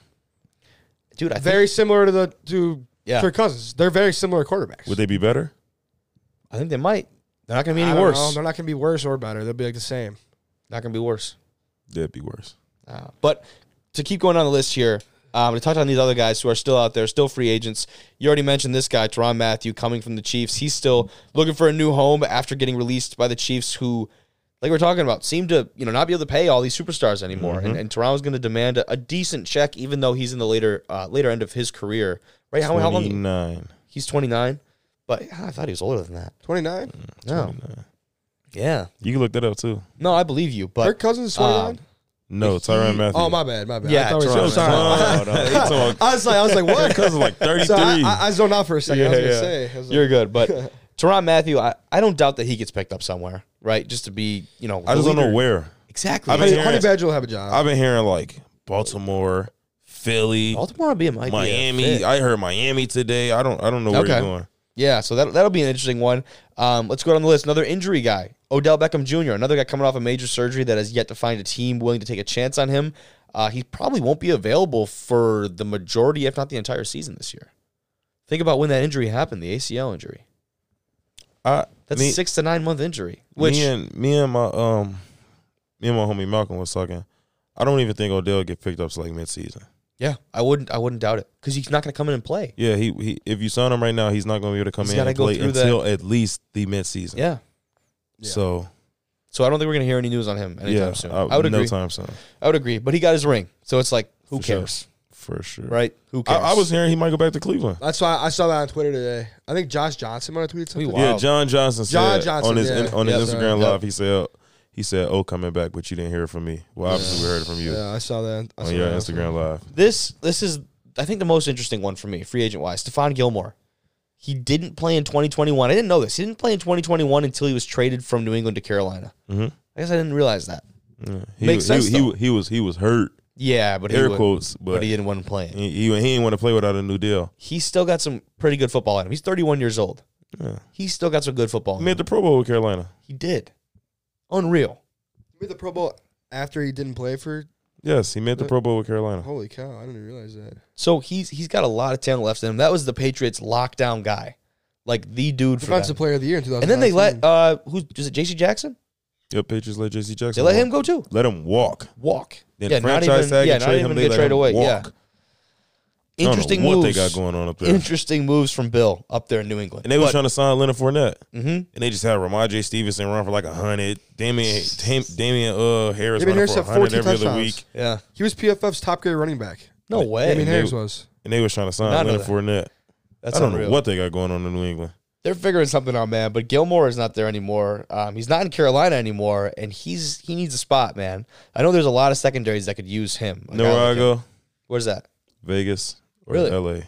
dude. I think, very similar to the to Yeah. Kirk Cousins. They're very similar quarterbacks. Would they be better? I think they might. They're not going to be I any don't worse. know. They're not going to be worse or better. They'll be like the same. Not going to be worse. That'd be worse. Uh, but to keep going on the list here, um, to touch on these other guys who are still out there, still free agents. You already mentioned this guy, Teron Matthew, coming from the Chiefs. He's still looking for a new home after getting released by the Chiefs, who, like we're talking about, seem to you know not be able to pay all these superstars anymore. And, and Teron was going to demand a, a decent check, even though he's in the later uh, later end of his career. Right? How, how long? Nine. He's twenty nine, but I thought he was older than that. Twenty nine. No, yeah, You can look that up too. no, I believe you, but Kirk Cousins twenty nine. um, No, Tyron Matthew. Oh my bad, my bad. Yeah, I, thought we were- Toronto. sorry. No, no, no. It's all- I was like, I was like, what? Cousins like thirty So I, three. I, I zoned out for a second. I was Yeah, gonna yeah. say, I was like, You're good, but Teron Matthew, I, I don't doubt that he gets picked up somewhere, right? Just to be, you know, I just the don't know leader. where. exactly. I've Honey, been Honey hearing- Badger will have a job. I've been hearing like Baltimore, Philly, Baltimore would be a might be a fit. Miami. I heard Miami today. I don't. I don't know where Okay. you're going. yeah, so that that'll be an interesting one. Um, let's go down the list. Another injury guy, Odell Beckham Jr. Another guy coming off a major surgery that has yet to find a team willing to take a chance on him. Uh, he probably won't be available for the majority, if not the entire season this year. Think about when that injury happened, the ACL injury. I, That's me, a six to nine month injury. Which me and me and my um me and my homie Malcolm was talking. I don't even think Odell get picked up to like midseason. yeah, I wouldn't I wouldn't doubt it because he's not going to come in and play. Yeah, he, he if you sign him right now, he's not going to be able to come He's in gotta and go play through until at least the midseason. Yeah. So So I don't think we're gonna hear any news on him anytime yeah, soon. I, I would no agree. time soon I would agree. But he got his ring, so it's like, who For sure. cares, for sure. right? Who I, cares? I was hearing he might go back to Cleveland. That's why I saw that on Twitter today. I think Josh Johnson might have tweeted something. We Yeah, Wow. John Johnson said John Johnson, on his yeah. on his Yep. Instagram Yep. live. He said he said, "Oh, coming back, but you didn't hear it from me." Well, obviously we heard it from you Yeah, I saw that. I saw on your that. Instagram live. this. This is, I think, the most interesting one for me, free agent wise. Stephon Gilmore. He didn't play in 2021. I didn't know this. He didn't play in 2021 until he was traded from New England to Carolina. Mm-hmm. I guess I didn't realize that. He, Makes he, sense, He, though. he was he was hurt. Yeah, but he Air would- quotes, but but he he didn't want to play. he, he ain't want to play without a new deal. He's still got some pretty good football in him. He's 31 years old. Yeah. He's still got some good football. He In him. made the Pro Bowl with Carolina. He did. Unreal. He made the Pro Bowl after he didn't play for. Yes, he made the Pro Bowl with Carolina. Holy cow! I didn't realize that. So he's he's got a lot of talent left in him. That was the Patriots lockdown guy, like the dude for Defensive them. Player of the Year in 2000. And then they let uh who's is it J.C. Jackson? Yep, Patriots let J.C. Jackson. They let walk. him go too. Let him walk. Walk. Then yeah, not franchise even tag yeah, and not trade him. even They get let traded him away. Yeah. walk. I don't know Interesting what moves. they got going on up there. Interesting moves from Bill up there in New England. And they was But- trying to sign Leonard Fournette, mm-hmm. and they just had Ramon J. Stevenson run for like a hundred. Damian Dam, Damian uh, Harris Damian Harris running for a had hundred 14 every other touchdowns. week. yeah. He was PFF's top grade running back. No way. Damien they- Harris was. And they was trying to sign None of Leonard Fournette. That's I don't unreal. know what they got going on in New England. they're figuring something out, man. But Gilmore is not there anymore. Um, he's not in Carolina anymore, and he's he needs a spot, man. I know there's a lot of secondaries that could use him. A Know guy where I like him. go? Where's that? Vegas or Really? LA.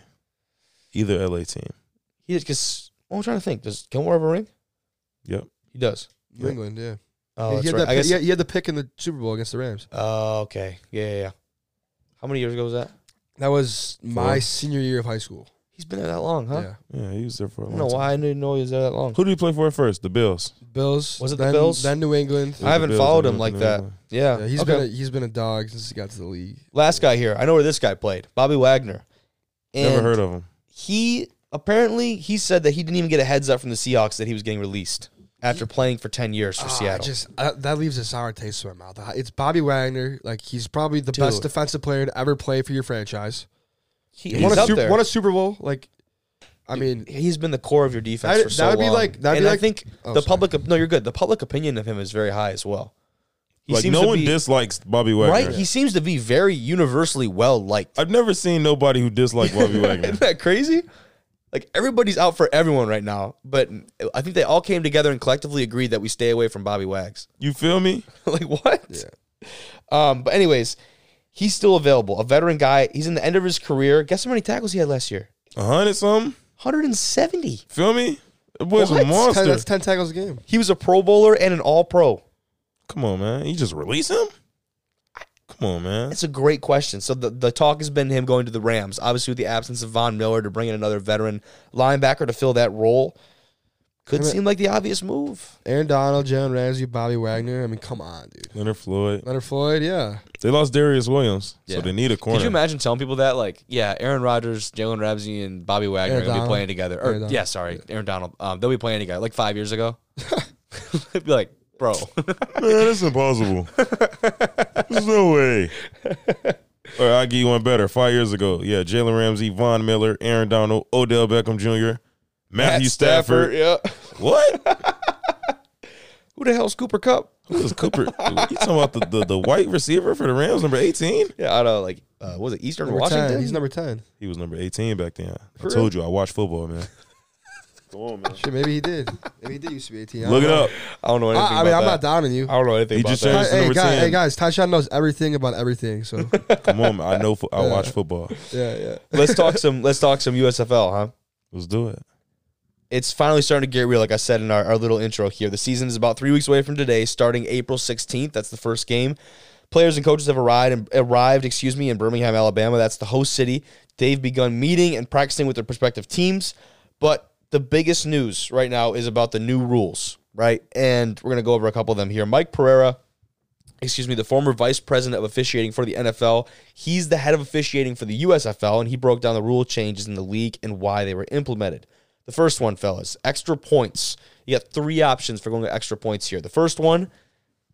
Either LA team. He because I'm trying to think. Does Gilmore have a ring? Yep. He does. New England, yeah. Oh, he, that's had right. I that pick- guess. he had- he had the pick in the Super Bowl against the Rams. Oh, okay. Yeah, yeah, yeah. How many years ago was that? That was my Four. senior year of high school. He's been there that long, huh? Yeah. Yeah, he was there for a I long don't know time. why I didn't know he was there that long. Who do you play for at first? The Bills. Bills. Was it the then- Bills? Then New England. I haven't The Bills, followed I him know like New that. England. Yeah. Yeah, he's okay. been a, he's been a dog since he got to the league. Last guy here. I know where this guy played. Bobby Wagner. And Never heard of him. He apparently he said that he didn't even get a heads up from the Seahawks that he was getting released after playing for ten years for Ah, Seattle. Just uh, that leaves a sour taste in my mouth. It's Bobby Wagner. Like he's probably the best Dude. defensive player to ever play for your franchise. He- He's won, he's a up Super, there. won a Super Bowl. Like, I mean, he's been the core of your defense That- for so that'd be long. like- that'd and be I like- think Oh, the sorry. public. op- No, you're good. The public opinion of him is very high as well. He like seems no to one be, dislikes Bobby Wagner. right. He seems to be very universally well liked. I've never seen nobody who disliked Bobby Wagner. Isn't that crazy? Like everybody's out for everyone right now, but I think they all came together and collectively agreed that we stay away from Bobby Wags. You feel me? like what? Um, but anyways, he's still available. A veteran guy. He's in the end of his career. Guess how many tackles he had last year? A hundred something? 170. Feel me? That What? boy's a that's ten, monster. that's ten tackles a game. He was a Pro Bowler and an All Pro. Come on, man. You just release him? Come on, man. That's a great question. So the, the talk has been him going to the Rams, obviously with the absence of Von Miller to bring in another veteran linebacker to fill that role. Could Wait a seem like the obvious move. Aaron Donald, Jalen Ramsey, Bobby Wagner. I mean, come on, dude. Leonard Floyd. Leonard Floyd. Yeah. They lost Darius Williams, Yeah. so they need a corner. Could you imagine telling people that? Like, yeah, Aaron Rodgers, Jalen Ramsey, and Bobby Wagner Aaron will be Donald. playing together. Aaron Or Donald. yeah, sorry, Aaron Donald. Um, they'll be playing together like five years ago. They'd be like, bro, Man, that's impossible. There's no way. All right, I'll give you one better. Five years ago, yeah, Jalen Ramsey, Von Miller, Aaron Donald, Odell Beckham Jr., Matthew Stafford. yeah. What? Who the hell's Cooper Cup? Who is Cooper? You talking about the, the, the white receiver for the Rams, number 18? Yeah, I don't know. Like, uh, what was it Eastern Number Washington? 10. He's number ten. He was number 18 back then. I real? told you, I watch football, man. Come on, man. Shit, maybe he did. Maybe he did used to be eighteen. I Look it don't know. up. I don't know anything. I, I mean, I'm not down on you. I don't know anything He about just that. said- He's Hey, number guy, 10. hey guys, Tyshawn knows everything about everything. So Come on, man. I know. Fo- I watch football. yeah, yeah. let's talk some. Let's talk some USFL, huh? Let's do it. It's finally starting to get real, like I said in our, our little intro here. The season is about three weeks away from today, starting April 16th. That's the first game. Players and coaches have arrived, and arrived, excuse me, in Birmingham, Alabama. That's the host city. They've begun meeting and practicing with their prospective teams. But the biggest news right now is about the new rules, right? And we're going to go over a couple of them here. Mike Pereira, excuse me, the former vice president of officiating for the NFL. He's the head of officiating for the USFL, and he broke down the rule changes in the league and why they were implemented. The first one, fellas, extra points. You got three options for going to extra points here. The first one,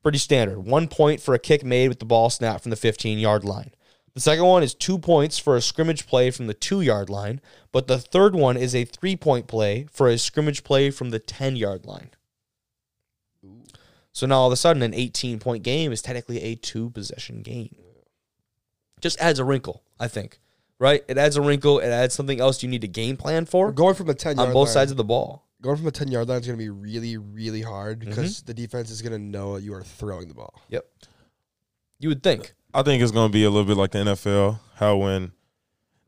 pretty standard one point for a kick made with the ball snapped from the 15 yard line. The second one is two points for a scrimmage play from the two yard line, but the third one is a three point play for a scrimmage play from the 10 yard line. So now all of a sudden, an 18 point game is technically a two possession game. Just adds a wrinkle, I think, right? It adds a wrinkle. It adds something else you need to game plan We're for going from a ten yard on both line. sides of the Mm-hmm. ball. going from a 10 yard line is going to be really, really hard because the defense is going to know you are throwing the ball. Yep. You would think. I think it's gonna be a little bit like the NFL. How when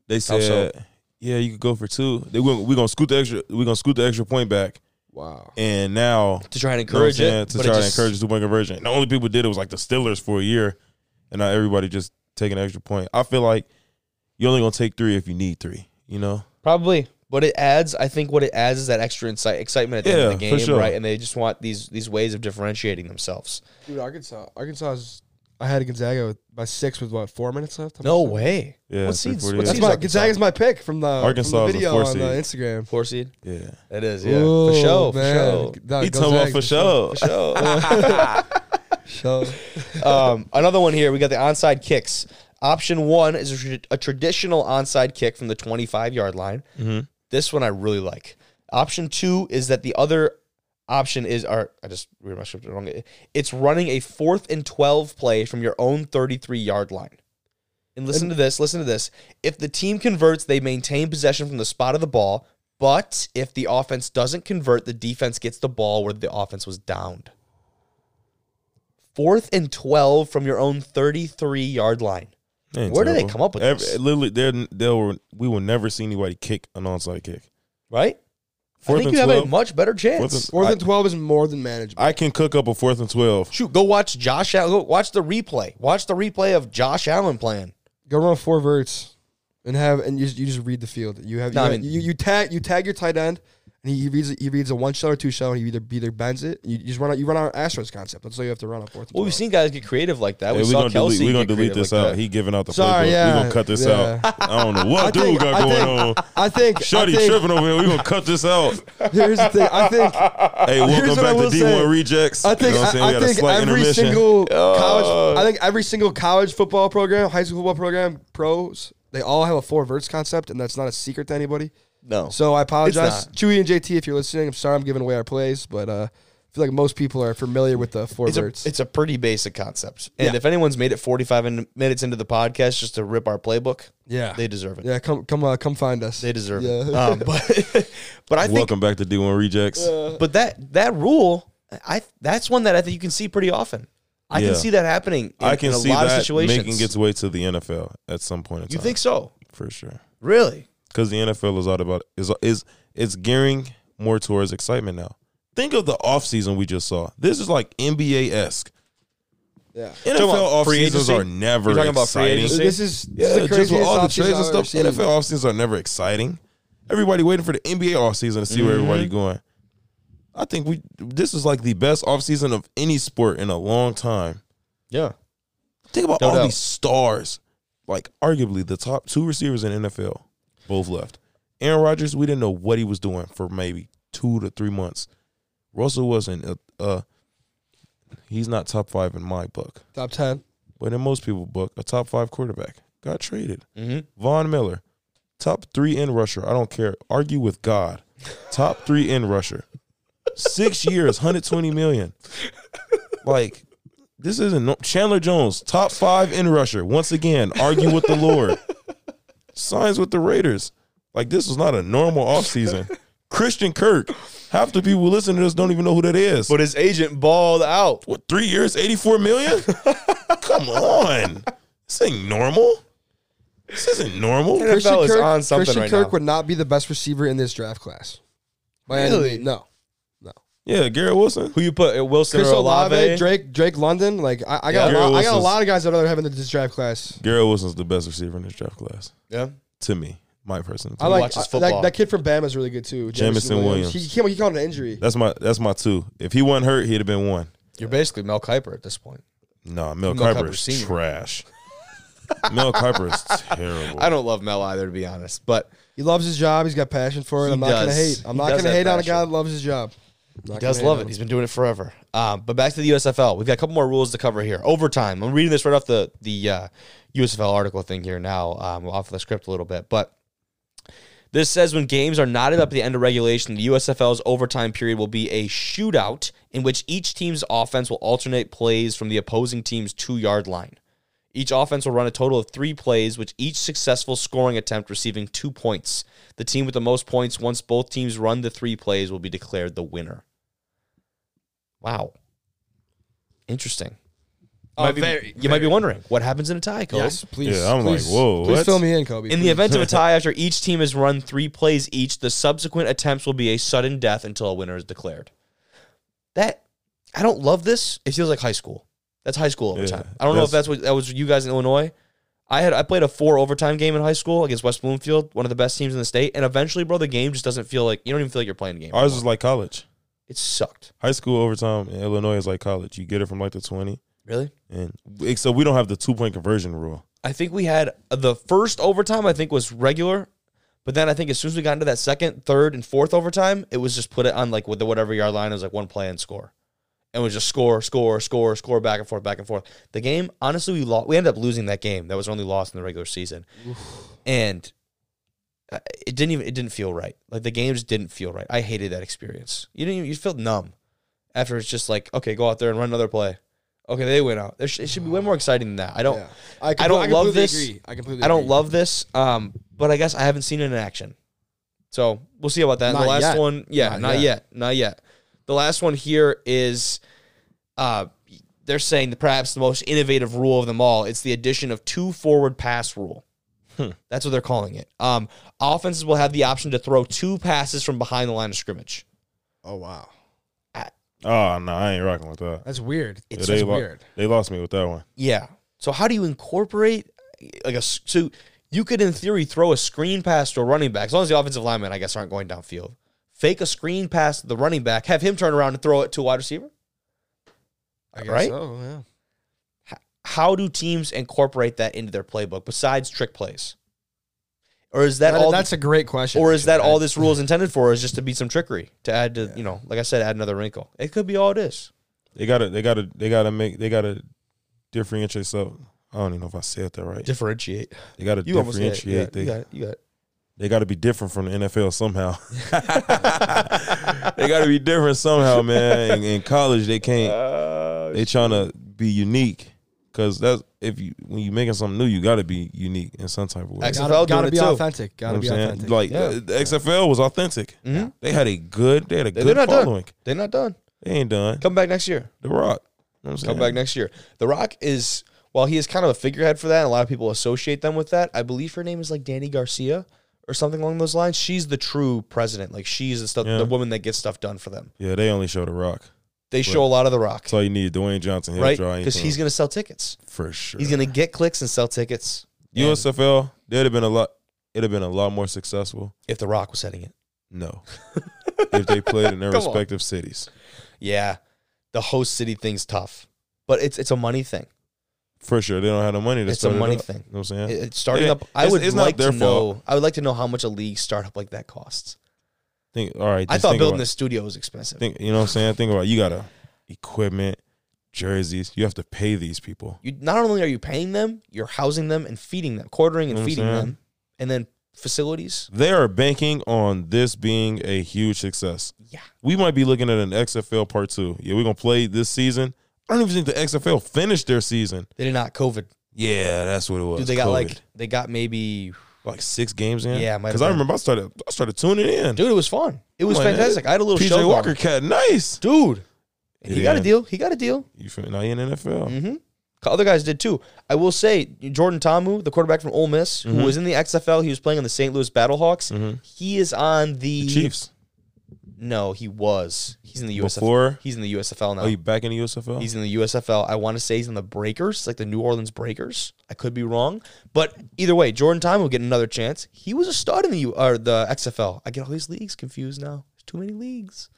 they so? said, "Yeah, you could go for two. They we're, we're gonna scoot the extra. We're gonna scoot the extra point back." Wow. And now To try and you know what I'm encourage saying, it. to but try it to just- encourage the two point conversion. The only people did it was like the Steelers for a year, and now everybody just taking an extra point. I feel like you're only gonna take three if you need three. You know, Probably. But it adds, I think what it adds is that extra insight, excitement at the end of the Yeah, for game, sure. right? And they just want these these ways of differentiating themselves. Dude, Arkansas. Arkansas is. I had Gonzaga with, by six with what, four minutes left? No way. yeah. What seeds- what 348. That's seeds- my, Arkansas. Gonzaga's my pick from the, Arkansas from the is a video four on uh, seed. Instagram. Four seed? yeah. It is, yeah. Ooh, for sure. man. For Nah, He talking Gonzaga, about for sure. sure. For sure. sure. um, another one here. We got the onside kicks. Option one is a, tra- a traditional onside kick from the 25 yard line. This one I really like. Option two is that the other option is, or I just read my script wrong. It's running a fourth and 12 play from your own 33 yard line. And listen to this, listen to this. If the team converts, they maintain possession from the spot of the ball, But if the offense doesn't convert, the defense gets the ball where the offense was downed. Fourth and 12 from your own 33 yard line. They ain't Where do they come up with Every- this? Literally, they're, they were we will never see anybody kick an onside kick. right? Fourth I think and you have 12. a much better Fourth and- chance. Fourth I- and twelve is more than manageable. I can cook up a fourth and twelve. Shoot, go watch Josh. Al- go watch the replay. Watch the replay of Josh Allen playing. Go run four verts and have and you, just- you just read the field. You have, No, you, I have- mean- you, you tag you tag your tight end and he, he reads he reads a one shot or two shot and he either either bends it. You just run out you run out Astros concept. That's all you have to run on fourth. And Well, we've 12. seen guys get creative like that. Hey, we we saw gonna Kelsey. delete, we gonna get delete creative this like out. that. He giving out the Sorry, playbook. yeah, we gonna cut this yeah. out. I don't know what dude think- got I going think- on. I think I Shuddy think- tripping over here. We gonna cut this out. Here's the thing. I think Hey, welcome what I back to will D1 say. Rejects. I think You know what I'm saying? I, We I had a think slight every intermission. single Oh. college I think every single college football program, high school football program, pros, they all have a four verts concept and that's not a secret to anybody. no. So I apologize, not. Chewy and JT, if you're listening. I'm sorry I'm giving away our plays, but uh, I feel like most people are familiar with the four it's a, words. it's a pretty basic concept. And Yeah. if anyone's made it 45 in, minutes into the podcast just to rip our playbook, yeah, they deserve it. yeah. Come, come, uh, come find us. They deserve it. Yeah. Um, but but I think welcome back to D1 Rejects. but that that rule I that's one that I think you can see pretty often. I Yeah. can see that happening in, I can in a see lot that of situations. making its way to the NFL at some point in you time. think so? for sure? Really? Because the NFL is all about is is it's gearing more towards excitement now. Think of the offseason we just saw. This is like NBA esque. Yeah. NFL Talking about off free seasons agency? are never You're talking about free exciting. agency? This is this Yeah, is the just craziest with all the off trades and I've ever stuff. seen. NFL off seasons are never exciting. Everybody waiting for the NBA offseason to see where Mm-hmm. everybody going. I think we this is like the best offseason of any sport in a long time. Yeah. Think about No all doubt. these stars. Like arguably the top two receivers in NFL, both left. Aaron Rodgers, we didn't know what he was doing for maybe two to three months. Russell wasn't uh, uh he's not top five in my book, Top ten. but in most people's book, a top five quarterback got traded. Mm-hmm. Von Miller, top three in rusher. I don't care. Argue with God. Top three in rusher. Six years, 120 million. Like, this isn't no- Chandler Jones, top five in rusher. Once again, argue with the Lord. Signs with the Raiders. Like, this was not a normal offseason. Christian Kirk. Half the people listening to this don't even know who that is. But his agent balled out. what, three years, 84 million? Come on. This ain't normal. This isn't normal. NFL is on something Christian right Kirk now. would not be the best receiver in this draft class. By any Really? means, no. Yeah, Garrett Wilson. Who you put? uh, Wilson Chris or Olave? Olave, Drake, Drake London. Like I, I got, Yeah. a lot, I got a Garrett lot of guys that are having this draft class. Garrett Wilson's the best receiver in this draft class. yeah. To me, my personal. I opinion. like watches I- football. that, that kid from Bama is really good too. Jamison Williams. He, he, came- he caught an injury. that's my that's my two. If he wasn't hurt, he'd have been one. You're basically Mel Kiper at this point. Nah, Mel, Mel Kiper Kiper's is senior. trash. Mel Kiper is terrible. I don't love Mel either, to be honest. But He loves his job. He's got passion for it. He I'm not gonna does. hate. I'm He not does gonna have hate on a passion. guy that loves his job. Not He does gonna hate love on it. him. He's been doing it forever. Um, but back to the USFL. We've got a couple more rules to cover here. Overtime. I'm reading this right off the the uh, USFL article thing here now, um, off the script a little bit. But this says when games are knotted up at the end of regulation, the USFL's overtime period will be a shootout in which each team's offense will alternate plays from the opposing team's two yard line. Each offense will run a total of three plays, with each successful scoring attempt receiving two points. The team with the most points, once both teams run the three plays, will be declared the winner. Wow. Interesting. You, Oh, might, be, very, you might be wondering what happens in a tie, Cole. Yes, please. Yeah, I'm like, please- whoa, Please what? fill me in, Kobe. In the event of a tie, after each team has run three plays each, the subsequent attempts will be a sudden death until a winner is declared. That I don't love this. It feels like high school. That's high school Yeah, overtime. I don't know if that's- that's what that was you guys in Illinois. I had I played a four overtime game in high school against West Bloomfield, one of the best teams in the state, and eventually, bro, the game just doesn't feel like you don't even feel like you're playing a game. Ours is like college. It sucked. High school overtime in Illinois is like college. You get it from like the twenty, Really? and except we don't have the two point conversion rule. I think we had uh, the first overtime. I think was regular, but then I think as soon as we got into that second, third, and fourth overtime, it was just put it on like with the whatever yard line. It was like one play and score, and it was just score, score, score, score, back and forth, back and forth. The game, honestly, we lost. We ended up losing that game. That was only lost in the regular season, and uh, it didn't even it didn't feel right. Like the games didn't feel right. I hated that experience. You didn't even, you felt numb after it's just like okay, go out there and run another play. Okay, they went out. There sh- It should be way more exciting than that. I don't. Yeah. I, I don't love completely this. Agree. I completely. I don't agree. love this, um, but I guess I haven't seen it in action. So we'll see about that. And the Not last yet. one, yeah, not, Not yet. yet. not yet. The last one here is, uh, they're saying the perhaps the most innovative rule of them all. It's the addition of two forward pass rule. That's what they're calling it. Um, offenses will have the option to throw two passes from behind the line of scrimmage. Oh wow, Oh no, I ain't rocking with that. that's weird. It's they, just lo- weird. they lost me with that one. Yeah. So how do you incorporate like a s- so you could in theory throw a screen pass to a running back as long as the offensive linemen I guess aren't going downfield. Fake a screen pass to the running back, have him turn around and throw it to a wide receiver. I guess Right? so. Yeah. How do teams incorporate that into their playbook besides trick plays? Or is that, That- all that's a great question. or is that all this rule? rule is intended for is just to be some trickery to add to, you know, like I said add another wrinkle. It could be all it is. They gotta they gotta they gotta make they gotta differentiate yourself. I don't even know if I said that right. Differentiate. They gotta You almost differentiate. did. You got, it. they you got it. You got it. they gotta be different from the NFL somehow. they gotta be different somehow, man. In, in college they can't Uh, they trying to be unique. Cause that's if you when you making something new, you gotta be unique in some type of way. Ex- You XFL Gotta, doing gotta it be too. authentic. know Gotta what be I'm saying? authentic. Like Yeah. uh, the XFL was authentic. Mhm. They had a good they had a They- They're good not following. done. They're not done. They ain't done. Come back next year. The Rock. You know what I'm saying? come back next year. The Rock is while he is kind of a figurehead for that, and a lot of people associate them with that. I believe her name is like Danny Garcia or something along those lines. She's the true president. Like she's the stuff, Yeah. the woman that gets stuff done for them. Yeah, they only show The Rock. They show a lot of The Rock, That's all you need. Dwayne Johnson, he'll right? draw Because anything. he's gonna sell tickets. for sure. He's gonna get clicks and sell tickets USFL, there'd have been a lot. It'd have been a lot more successful. if The Rock was heading it. No, if they played in their Come on. respective cities, Yeah, the host city thing's tough, but it's it's a money thing. for sure. They don't have the money. To It's a start it money up. thing. You know what I'm saying? It, it's starting Yeah, up, I it's- would it's not like to their know. fault. I would like to know how much a league startup like that costs. think, all right. I just thought think building about, the studio was expensive. Think, you know what I'm saying? Think about it. you got to equipment, jerseys. You have to pay these people. you not only are you paying them, you're housing them and feeding them, quartering and You know what I'm feeding saying? them, and then facilities. They are banking on this being a huge success. Yeah. we might be looking at an XFL part two. Yeah, we're gonna play this season. I don't even think the XFL finished their season. They did not COVID. Yeah, that's what it was. Dude, they got COVID. like they got maybe like six games in. Yeah, it might have because I been. remember I started I started tuning in. dude, it was fun. It was Come on, man. fantastic. I had a little PJ show. Walker Walker. cat, nice. Dude. He got a Yeah. deal. He got a deal. You feel now you in the NFL. Mm-hmm. Other guys did too. I will say Jordan Tamu, the quarterback from Ole Miss, who Mm-hmm. was in the XFL, he was playing on the St. Louis Battlehawks. He is on the, The Chiefs. No, he was. He's in the USFL. Before? Oh, He's in the USFL now. Are you back in the USFL? He's in the USFL. I want to say he's in the Breakers, like the New Orleans Breakers. I could be wrong, but either way, Jordan Time will get another chance. He was a stud in the U or the XFL. I get all these leagues confused now. There's too many leagues,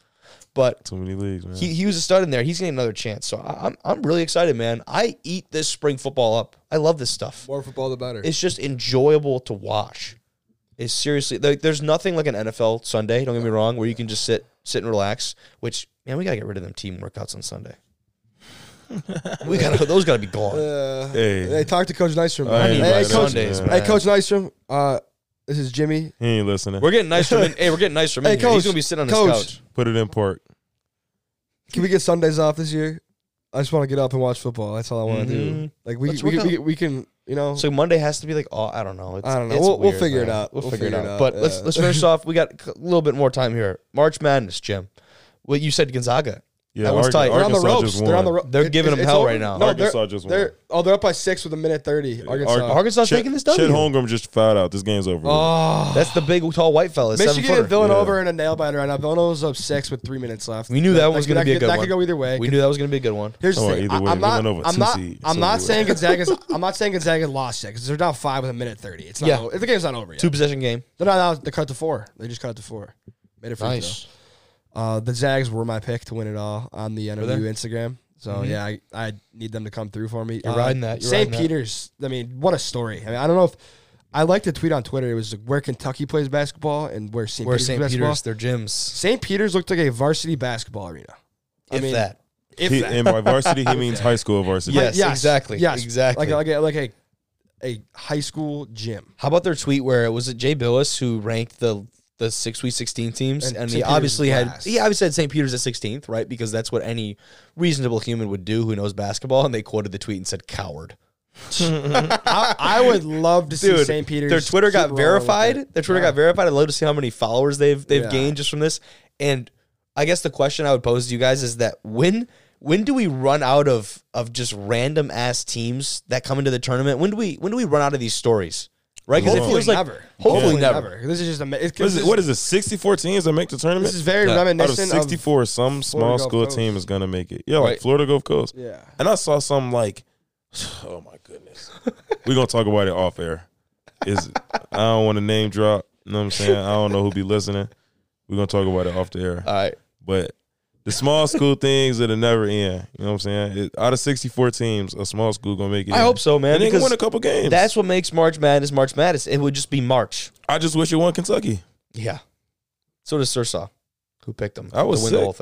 but Too many leagues, man. he, he was a stud in there. He's getting another chance, so I, I'm I'm really excited, man. I eat this spring football up. I love this stuff. more football, the better. It's just enjoyable to watch. It's seriously like there's nothing like an NFL Sunday. Don't get me wrong, where you can just sit sit and relax. Which man, we gotta get rid of them team workouts on Sunday. we gotta those gotta be gone. Uh, Hey. hey, talk to Coach Nystrom. I ain't need hey, my right, Coach, Sundays, man. hey, Coach Nystrom. Uh, this is Jimmy. He ain't listening. We're getting nice from in. Hey, we're getting nice from Hey, in. here. He's coach. gonna be sitting on Coach. his couch. Put it in park. Can we get Sundays off this year? I just want to get up and watch football. That's all I want to Mhm. do. Like we, Let's we, work we, we can, you know. So Monday has to be like, oh, I don't know. It's, I don't know. it's We'll- we'll weird, figure it man. out. We'll, We'll figure it out. figure it out, But let's yeah. let's finish off. We got a little bit more time here. March Madness, Jim. Well, you said Gonzaga. Yeah, That was Arg- tight. they're on the Arkansas ropes. just won. They're on the ropes. They're giving them hell right now. No, Arkansas they're, just won. they're oh they're up by six with a minute thirty. Arkansas. Arkansas's Chet- taking this W. Chet Holmgren just fouled out. This game's over. oh, That's the big tall white fella. Seven Michigan and footer. Villanova are in a nail biter right now. Villanova's up six with three minutes left. We knew that one was could- gonna be a could- good That one. could go either way. We knew that was gonna be a good one. Here's the Oh, thing. either I, way, am not. Villanova, I'm two not. seed, I'm so not either saying way. Gonzaga's. I'm not saying Gonzaga lost yet because they're down five with a minute thirty. It's not. Yeah. o- The game's not over yet. Two possession game. They're not out. They cut to four. They just cut to four. Made it free nice. Uh, the Zags were my pick to win it all on the NMU Instagram. So Mm-hmm. yeah, I, I need them to come through for me. You're Uh, riding that, you're St. riding that. Peter's. I mean, what a story. I mean, I don't know if I liked the tweet on Twitter. It was like, where Kentucky plays basketball and where St. Where Peter's St. plays basketball. Peter's, their gyms. St. Peter's looked like a varsity basketball arena. I If mean, that. If He- that. and by varsity, he means high school varsity. Yes, exactly, Yes, exactly. Like like a, like a a high school gym. How about their tweet where it was it Jay Billis who ranked the the six week sixteen teams, and, And he St. Peter's obviously was had last. he obviously had St. Peter's at sixteenth, right? Because that's what any reasonable human would do who knows basketball. And they quoted the tweet and said, "Coward." I, I would love to see Dude, St. Peter's. their Twitter Super got Bowl with verified. it. Their Twitter got verified. I'd love to see how many followers they've they've Yeah. gained just from this. And I guess the question I would pose to you guys is that when when do we run out of of just random ass teams that come into the tournament? When do we when do we run out of these stories? Right? Because it Hopefully feels like never. hopefully never. This is just a. ma- It's, What is, this, it, what is it? Sixty-four teams that make the tournament. this is very out of reminiscent of sixty-four, some small Gulf school Coast. team is gonna make it. Yeah, like Right. Florida Gulf Coast. Yeah. And I saw some like, oh my goodness. We're gonna talk about it off air. Is I don't want to name drop. You know what I'm saying? I don't know who be listening. We're gonna talk about it off the air. All right. But the small school things that'll never end. You know what I'm saying? It, out of 64 teams, a small school gonna make it. I hope so, man. And they can because win a couple games. that's what makes March Madness March Madness. It would just be March. I just wish it won Kentucky. Yeah. So does Sursaw, who picked them I was to win the sick. whole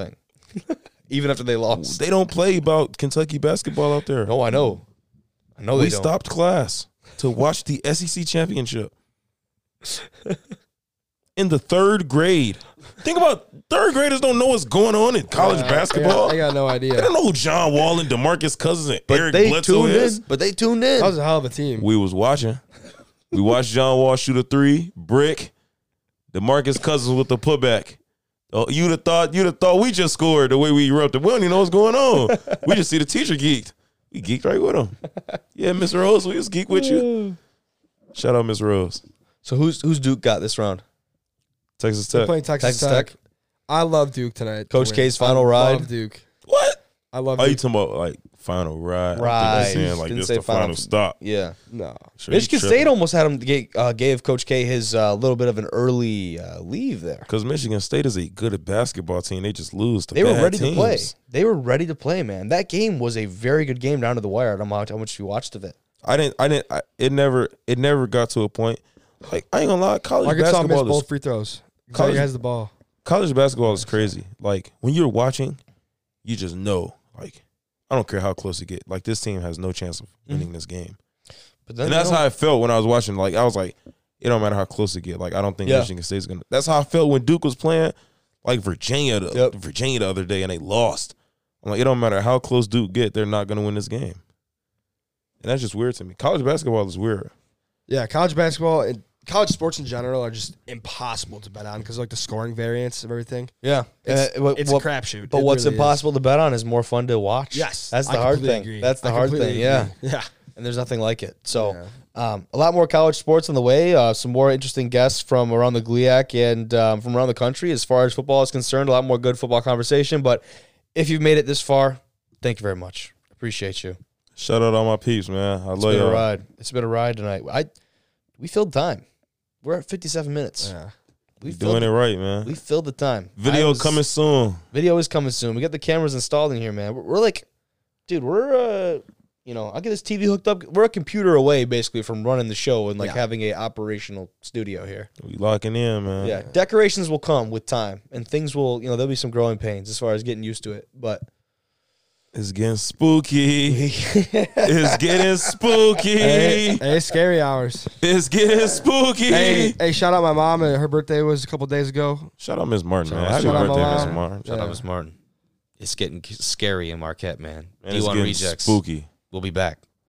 thing. Even after they lost. They don't play about Kentucky basketball out there. No, I know. I know we they don't. stopped class to watch the SEC championship in the third grade. Think about third graders don't know what's going on in college Uh, I got- basketball. I got no they idea. don't know who John Wall and Demarcus Cousins and But Eric they Bledsoe tuned is. in. But they tuned in. That was a hell of a team. We was watching. We watched John Wall shoot a three, brick. Demarcus Cousins with the putback. Oh, you'd have thought you'd have thought we just scored the way we erupted. We don't even know what's going on. we just see the teacher geeked. We geeked right with him. Yeah, Miss Rose, we was geek with you. Shout out Miss Rose, So who's who's Duke got this round? Texas They're Tech. playing Texas, Texas Tech. Tech. I love Duke tonight. to Coach win. K's final I ride. Love Duke. What? I love Are you Duke. talking about like final ride? Ride. I'm saying like Didn't this say the final- final, stop. Yeah. no. Sure, you Michigan tripping. State almost had him get, uh, gave Coach K his uh, little bit of an early uh, leave there. Because Michigan State is a good basketball team. They just lose to They were bad ready to play. teams. They were ready to play, man. That game was a very good game down to the wire. I don't know how how much you watched of it. I didn't. I didn't. I, it never. It never got to a point. Like I ain't gonna lie. College Arkansas missed basketball is both free throws. Xavier College- has the ball. college basketball is crazy. Like when you're watching, you just know. Like I don't care how close you get. Like this team has no chance of winning Mm-hmm. this game. But then And they that's don't- how I felt when I was watching. Like I was like, it don't matter how close it get. Like I don't think Yeah. Michigan State's gonna. That's how I felt when Duke was playing, like Virginia, the, Yep. Virginia the other day, and they lost. I'm like, it don't matter how close Duke get, they're not gonna win this game. And that's just weird to me. College basketball is weird. Yeah, college basketball and college sports in general are just impossible to bet on because like the scoring variance of everything. yeah. It's, Uh, what- it's what- a crapshoot. But It what's really is. impossible to bet on is more fun to watch. Yes, That's the I hard completely thing. agree. That's the I hard thing. completely Yeah. agree. yeah. and there's nothing like it. So, um, a lot more college sports on the way. Uh, some more interesting guests from around the GLIAC and um, from around the country as far as football is concerned. A lot more good football conversation. But if you've made it this far, thank you very much. Appreciate you. Shout out all my peeps, man. I It's love been a y'all. ride. It's been a ride tonight. I we filled time. We're at 57 minutes. Yeah. We filled. Doing it right, man. We filled the time. I Video was- coming soon. Video is coming soon. We got the cameras installed in here, man. We're, we're like, dude, we're uh, you know, I'll get this TV hooked up. We're a computer away basically from running the show and like Yeah. having a operational studio here. We locking in, man. Yeah, decorations will come with time, and things will, you know, there'll be some growing pains as far as getting used to it. But It's getting spooky. it's getting spooky. Hey, hey, scary hours. It's getting spooky. Hey, hey, shout out my mom. uh, Her birthday was a couple days ago. Shout out Miss Martin, man. out- Happy shout out birthday, my Miss mom. Martin. Shout Yeah. out Miss Martin. It's getting c- scary in Marquette, man. And it's D1 getting rejects. spooky. We'll be back.